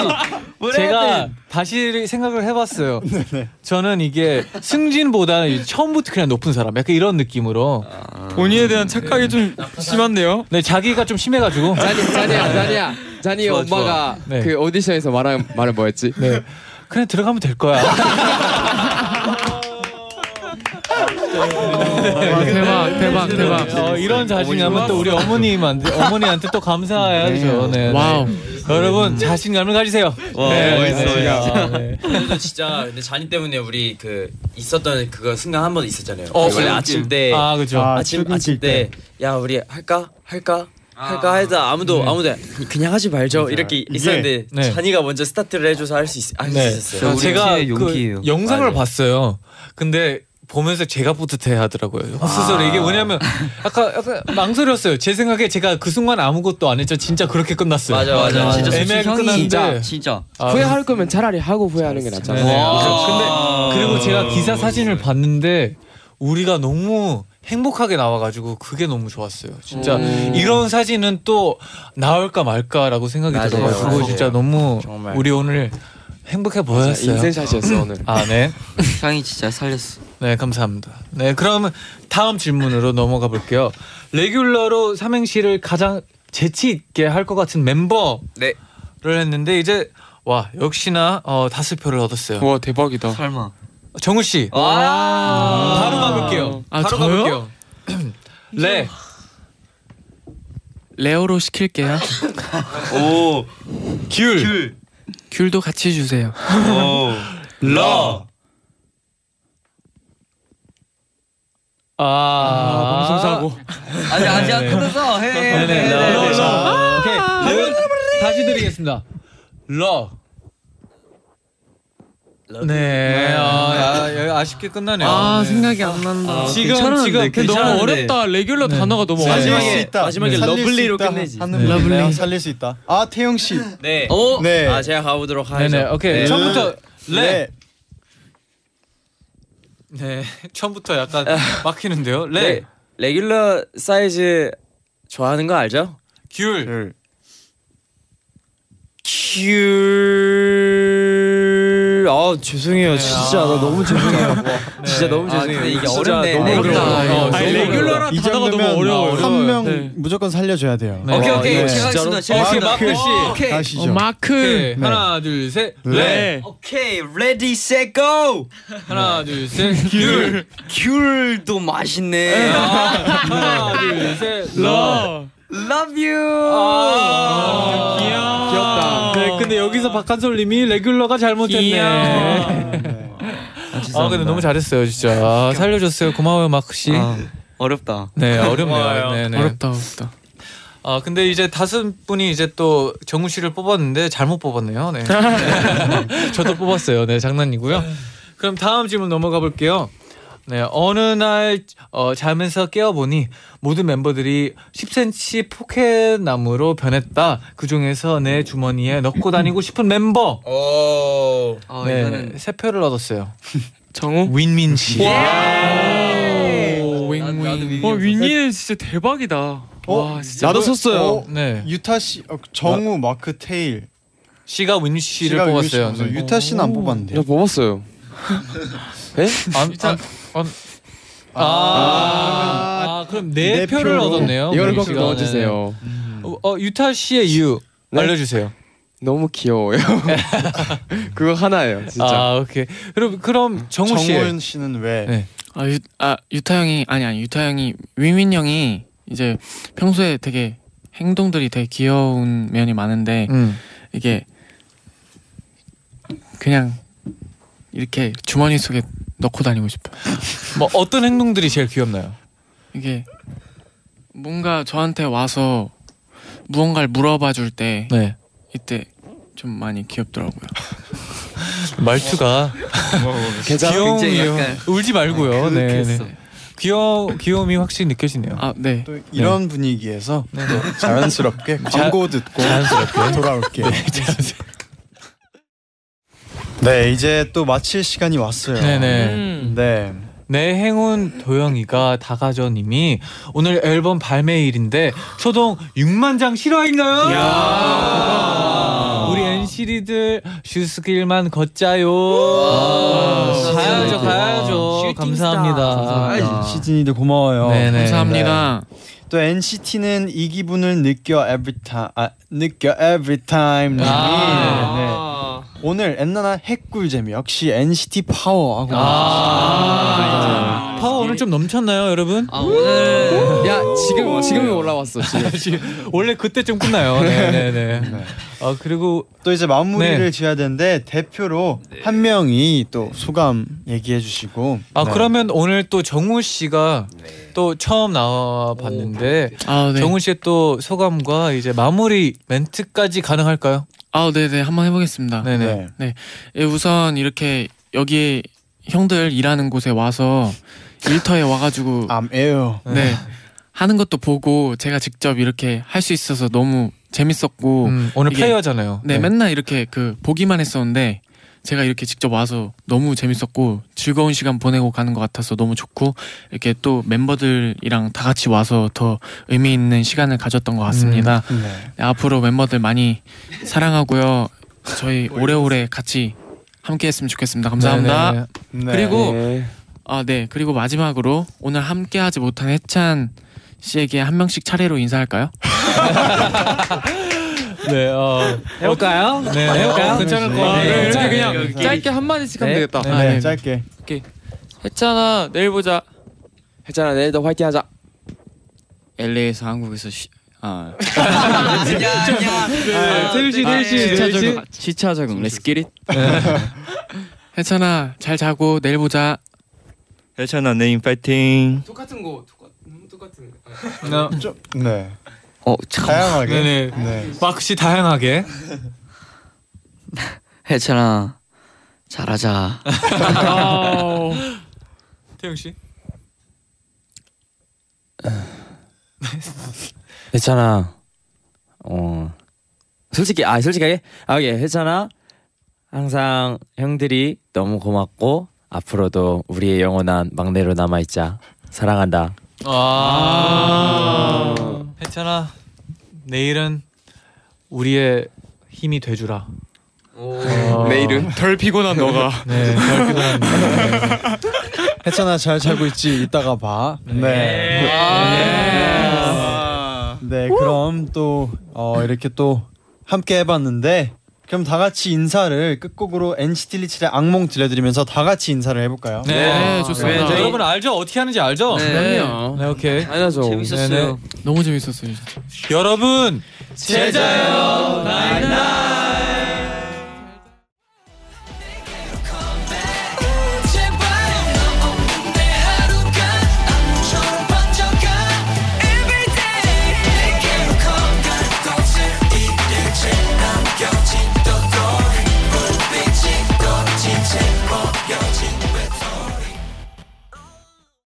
Speaker 3: 제가 다시 생각을 해봤어요.
Speaker 12: 네,
Speaker 3: 저는 이게 승진보다 처음부터 그냥 높은 사람, 약간 이런 느낌으로
Speaker 12: 본인에 대한 착각이 좀 심한데요.
Speaker 3: 네 자기가 좀 심해가지고.
Speaker 5: 자니, 자니야, 자니야. 자니
Speaker 3: 좋아,
Speaker 5: 엄마가
Speaker 3: 좋아. 네.
Speaker 5: 그 오디션에서 말한 말은 뭐였지?
Speaker 3: 네. 그냥 들어가면 될 거야.
Speaker 12: 아, 아, 네. 대박, 대박, 대박.
Speaker 3: 네. 어, 이런 자신감은 또 우리 어머님한테 어머니한테 또 감사해야죠. 네, 네.
Speaker 12: 와우.
Speaker 3: 여러분 자신감을 가지세요.
Speaker 8: 와, 멋있어요, 진짜.
Speaker 3: 아, 네.
Speaker 8: 오늘도 진짜 근데 잔이 때문에 우리 그 있었던 그거 순간 한 번 있었잖아요.
Speaker 3: 어,
Speaker 8: 원래
Speaker 3: 그래요?
Speaker 8: 아침 때
Speaker 3: 아, 그죠.
Speaker 8: 아, 침
Speaker 3: 출근
Speaker 8: 아침 때 야 우리 할까 할까 할까 해서 아무도 아무도 그냥 하지 말죠 네. 이렇게 있었는데
Speaker 3: 네.
Speaker 8: 잔이가 먼저 스타트를 해줘서 할 수 있, 할수
Speaker 3: 네.
Speaker 8: 있었어요.
Speaker 3: 제가 그 영상을 봤어요. 근데 보면서 제가 뿌듯해 하더라고요. 스스로
Speaker 7: 아.
Speaker 3: 이게 뭐냐면 아까 약간 망설였어요. 제 생각에 제가 그 순간 아무것도 안 했죠. 진짜 그렇게 끝났어요.
Speaker 7: 맞아, 맞아, 맞아. 진짜
Speaker 3: 애매하게
Speaker 7: 솔직히
Speaker 3: 끝났는데
Speaker 7: 형이 진짜, 진짜.
Speaker 3: 아,
Speaker 5: 후회할 거면 차라리 하고 후회하는 게 낫잖아.
Speaker 3: 네네. 그렇죠. 근데 그리고 제가 기사 사진을 봤는데 우리가 너무 행복하게 나와가지고 그게 너무 좋았어요. 진짜
Speaker 8: 음.
Speaker 3: 이런 사진은 또 나올까 말까라고 생각이
Speaker 8: 맞아요,
Speaker 3: 들어요. 그거
Speaker 8: 맞아요.
Speaker 3: 진짜 너무
Speaker 8: 정말.
Speaker 3: 우리 오늘 행복해 보였어요.
Speaker 5: 인생샷이었어, 오늘.
Speaker 3: 아 네.
Speaker 7: 향이 진짜 살렸어.
Speaker 3: 네 감사합니다. 네 그럼 다음 질문으로 넘어가 볼게요. 레귤러로 삼행시를 가장 재치 있게 할 것 같은 멤버를 했는데 이제 와 역시나 어, 다섯 표를 얻었어요.
Speaker 12: 와 대박이다.
Speaker 7: 설마.
Speaker 3: 정우 씨. 아. 바로 가볼게요.
Speaker 6: 아,
Speaker 3: 바로
Speaker 6: 저요?
Speaker 3: 가볼게요. 네. 레.
Speaker 6: 레오로 시킬게요. 오.
Speaker 3: 귤.
Speaker 6: 귤. 귤도 같이 주세요.
Speaker 3: 러. 아,
Speaker 6: 방송사고.
Speaker 7: 아직 아직 안
Speaker 3: 네.
Speaker 7: 끝났어. 해. 해, 네, 해, 해.
Speaker 3: 러, 러. 오케이. 레- 다시 드리겠습니다. 러. 네. 아, 야, 야, 아쉽게 끝나네요.
Speaker 6: 아,
Speaker 3: 네.
Speaker 6: 생각이 안 난다.
Speaker 3: 아, 지금,
Speaker 6: 괜찮은데,
Speaker 3: 지금
Speaker 6: 근데 너무
Speaker 3: 괜찮은데.
Speaker 6: 어렵다. 레귤러
Speaker 3: 네.
Speaker 6: 단어가 너무
Speaker 3: 살릴
Speaker 6: 어려워.
Speaker 3: 수 있다. 네. 살릴 수 있다.
Speaker 2: 하는 분
Speaker 3: 러블리.
Speaker 2: 있나요? 살릴 수 있다. 아 태영 씨.
Speaker 8: 네.
Speaker 2: 오. 네.
Speaker 8: 아 제가 가보도록 하죠.
Speaker 3: 네네, 오케이.
Speaker 8: 네.
Speaker 3: 처음부터 레. 네. 처음부터 약간 막히는데요. 네. 레.
Speaker 8: 레 레귤러 사이즈 좋아하는 거 알죠?
Speaker 3: 귤.
Speaker 8: 귤. 아 죄송해요. 진짜 나 너무 죄송해요. 진짜 너무
Speaker 7: 아,
Speaker 8: 죄송해요.
Speaker 7: 근데 이게
Speaker 8: 진짜
Speaker 7: 어렵네.
Speaker 8: 너무
Speaker 7: 레귤러.
Speaker 8: 어려워요.
Speaker 7: 아니,
Speaker 8: 너무
Speaker 7: 레귤러라
Speaker 8: 어려워요.
Speaker 2: 이 정도면 한명 무조건 살려줘야 돼요.
Speaker 8: 네. 오케이, 오케이.
Speaker 2: 네.
Speaker 8: 제가 하겠습니다. 제가
Speaker 2: 마크
Speaker 8: 하겠습니다.
Speaker 2: 씨.
Speaker 8: 오케이.
Speaker 2: 가시죠.
Speaker 8: 어, 마크.
Speaker 3: 오케이,
Speaker 2: 네.
Speaker 3: 그 하나, 둘, 셋.
Speaker 2: 레.
Speaker 3: 레.
Speaker 8: 오케이 레디 셋 고.
Speaker 3: 하나, 둘, 셋. 귤.
Speaker 7: 귤도 맛있네.
Speaker 3: 하나, 둘, 셋. 러.
Speaker 7: Love you.
Speaker 3: 아. 귀엽다. 네, 근데 여기서 박한솔님이 레귤러가 잘못했네. 아, 근데 너무 잘했어요, 진짜. 아, 살려줬어요. 고마워요, 마크
Speaker 7: 예?
Speaker 3: 씨.
Speaker 7: 어렵다.
Speaker 3: 네, 어렵네요.
Speaker 6: 고마워요.
Speaker 3: 네, 네.
Speaker 6: 어렵다, 어렵다.
Speaker 3: 아, 근데 이제 다섯 분이 이제 또 정우 씨를 뽑았는데 잘못 뽑았네요. 네. 저도 뽑았어요. 네, 장난이고요. 그럼 다음 질문 넘어가 볼게요. 네, 어느 날 어, 자면서 깨어보니 모든 멤버들이 10cm 포켓나무로 변했다. 그 중에서 내 주머니에 넣고 다니고 싶은 멤버.
Speaker 8: 오.
Speaker 12: 아,
Speaker 3: 네, 세 표를 얻었어요. 네. 정우? 윈민 씨.
Speaker 12: 윙윙. 와 윙윙은 진짜 대박이다. 와 진짜.
Speaker 2: 어? 나도 썼어요.
Speaker 3: 네.
Speaker 2: 유타 씨, 어, 정우, 마크, 테일.
Speaker 3: 씨가 윈 씨를
Speaker 2: 씨가 윈윈 씨
Speaker 3: 뽑았어요.
Speaker 2: 뽑았어요.
Speaker 3: 네.
Speaker 2: 유타 씨는 안 뽑았는데.
Speaker 5: 나 뽑았어요. 에?
Speaker 3: 안, 안, 안. 아, 아, 그럼 네, 표를 얻었네요.
Speaker 5: 이걸 꼭
Speaker 3: 우리 씨가.
Speaker 8: 네.
Speaker 5: 넣어주세요.
Speaker 3: 어, 어, 유타 씨의 이유
Speaker 5: 네?
Speaker 3: 알려주세요.
Speaker 5: 너무 귀여워요. 그거 하나예요, 진짜.
Speaker 3: 아 오케이. 그럼 그럼 정우 씨.
Speaker 2: 정우 씨는 왜?
Speaker 6: 아, 유, 아 유타 형이 아니 아니 유타 형이 윈윈 형이 이제 평소에 되게 행동들이 되게 귀여운 면이 많은데
Speaker 3: 음.
Speaker 6: 이게 그냥 이렇게 주머니 속에 넣고 다니고 싶어요.
Speaker 3: 뭐 어떤 행동들이 제일 귀엽나요?
Speaker 6: 이게 뭔가 저한테 와서 무언가를 물어봐 줄 때
Speaker 3: 네.
Speaker 6: 이때 좀 많이 귀엽더라고요.
Speaker 3: 말투가 귀여운
Speaker 6: 굉장히
Speaker 3: 이유.
Speaker 6: 약간-
Speaker 3: 울지 말고요.
Speaker 6: 아,
Speaker 3: 네, 네.
Speaker 6: 그윽했어.
Speaker 3: 귀여 귀여움이 확실히 느껴지네요. 네,
Speaker 6: 아 네.
Speaker 2: 또 이런 분위기에서 자연스럽게 광고 듣고
Speaker 3: 자연스럽게.
Speaker 2: 돌아올게요. 네, 이제 또 마칠 시간이 왔어요.
Speaker 3: 네네.
Speaker 7: 음.
Speaker 2: 네.
Speaker 3: 내 행운 도영이가 다가전님이 오늘 앨범 발매일인데 초동 6만 장 실화인가요? 아, 우리 NCD들 슈스길만 걷자요.
Speaker 5: 아,
Speaker 3: 아, 가야죠, 가야죠. 감사합니다.
Speaker 2: 시진이도 고마워요.
Speaker 3: 네네.
Speaker 6: 감사합니다.
Speaker 2: 또 NCT는 이 기분을 느껴 every time 아, 느껴 every time 님이
Speaker 3: 아,
Speaker 7: 아.
Speaker 2: 네. 오늘 엔나나 핵꿀잼 역시 NCT 파워 하고
Speaker 3: 아, 파워 오늘 좀 넘쳤나요, 여러분?
Speaker 7: 아, 오늘
Speaker 5: 야 지금 지금이 올라왔어 지금.
Speaker 3: 원래 그때쯤 끝나요. 네네네. 아 그리고
Speaker 2: 또 이제 마무리를
Speaker 3: 네.
Speaker 2: 지어야 되는데 대표로 한 명이 또 소감 얘기해 주시고
Speaker 3: 아
Speaker 2: 네.
Speaker 3: 그러면 오늘 또 정우 씨가
Speaker 5: 네.
Speaker 3: 또 처음 나와 봤는데
Speaker 6: 아 네.
Speaker 3: 정우 씨의 또 소감과 이제 마무리 멘트까지 가능할까요?
Speaker 6: 네, 아 네네 한번 해보겠습니다.
Speaker 3: 네네.
Speaker 2: 네.
Speaker 6: 네, 예, 우선 이렇게 여기에 형들 일하는 곳에 와서 일터에 와가지고
Speaker 2: 암에요.
Speaker 6: 아, 네 하는 것도 보고 제가 직접 이렇게 할 수 있어서 너무 재밌었고
Speaker 3: 음, 오늘 플레이어잖아요.
Speaker 6: 네,
Speaker 3: 네.
Speaker 6: 맨날 이렇게 그 보기만 했었는데 제가 이렇게 직접 와서 너무 재밌었고 즐거운 시간 보내고 가는 것 같아서 너무 좋고 이렇게 또 멤버들이랑 다 같이 와서 더 의미 있는 시간을 가졌던 것 같습니다.
Speaker 2: 음,
Speaker 6: 네, 앞으로 멤버들 많이 사랑하고요. 저희 오래오래 같이 함께했으면 좋겠습니다. 감사합니다.
Speaker 3: 네, 네, 네.
Speaker 6: 그리고
Speaker 3: 네.
Speaker 6: 아 네 그리고 마지막으로 오늘 함께하지 못한 해찬 씨에게 한 명씩 차례로 인사할까요?
Speaker 3: 네, 어.
Speaker 12: 해볼까요?
Speaker 3: 네,
Speaker 12: 해볼까요?
Speaker 3: 괜찮을 것 같아요.
Speaker 12: 네, 이렇게
Speaker 3: 네,
Speaker 12: 그냥
Speaker 3: 네, 네.
Speaker 12: 짧게 한 마디씩 하면
Speaker 5: 네.
Speaker 12: 되겠다.
Speaker 3: 아,
Speaker 5: 네, 네,
Speaker 2: 짧게.
Speaker 12: 오케이. 했잖아. 내일 보자.
Speaker 5: 했잖아 내일도 화이팅하자.
Speaker 10: LA에서 한국에서 쉬... 아
Speaker 6: 아, 태율 씨, 태율 씨,
Speaker 10: 시차
Speaker 6: 태율 씨.
Speaker 10: 적응 네, 시차 네. 적응 Let's get it
Speaker 6: 해찬아 잘 자고 내일 보자.
Speaker 9: 해찬아 내인 파이팅.
Speaker 5: 똑같은 거 똑같은
Speaker 3: 나-
Speaker 2: 네.
Speaker 7: 어,
Speaker 2: 다양하게.
Speaker 3: 네네.
Speaker 2: 네.
Speaker 3: 막시 다양하게.
Speaker 7: 해찬아 잘하자.
Speaker 3: 태용 씨.
Speaker 8: 괜찮아. 어 솔직히 아 솔직하게 아 예, 괜찮아. 항상 형들이 너무 고맙고 앞으로도 우리의 영원한 막내로 남아 있자. 사랑한다.
Speaker 3: 아. 해찬아. 내일은 우리의 힘이 돼 주라.
Speaker 7: 어.
Speaker 6: 내일은? 덜 피곤한 너가.
Speaker 3: 네. 덜 피곤한 너.
Speaker 2: 해찬아 잘 자고 있지. 이따가 봐. 네. 네, 그럼 또 어, 이렇게 또 함께 해봤는데 그럼 다 같이 인사를 끝곡으로 NCT 127의 악몽 들려드리면서 다 같이 인사를 해볼까요?
Speaker 3: 네,
Speaker 2: 와.
Speaker 3: 좋습니다.
Speaker 2: 네,
Speaker 3: 여러분 알죠? 어떻게 하는지 알죠?
Speaker 2: 네.
Speaker 3: 네, 오케이.
Speaker 5: 알죠.
Speaker 3: 네네.
Speaker 6: 너무 재밌었어요. 진짜.
Speaker 3: 여러분
Speaker 4: 제자요, 나잇나잇.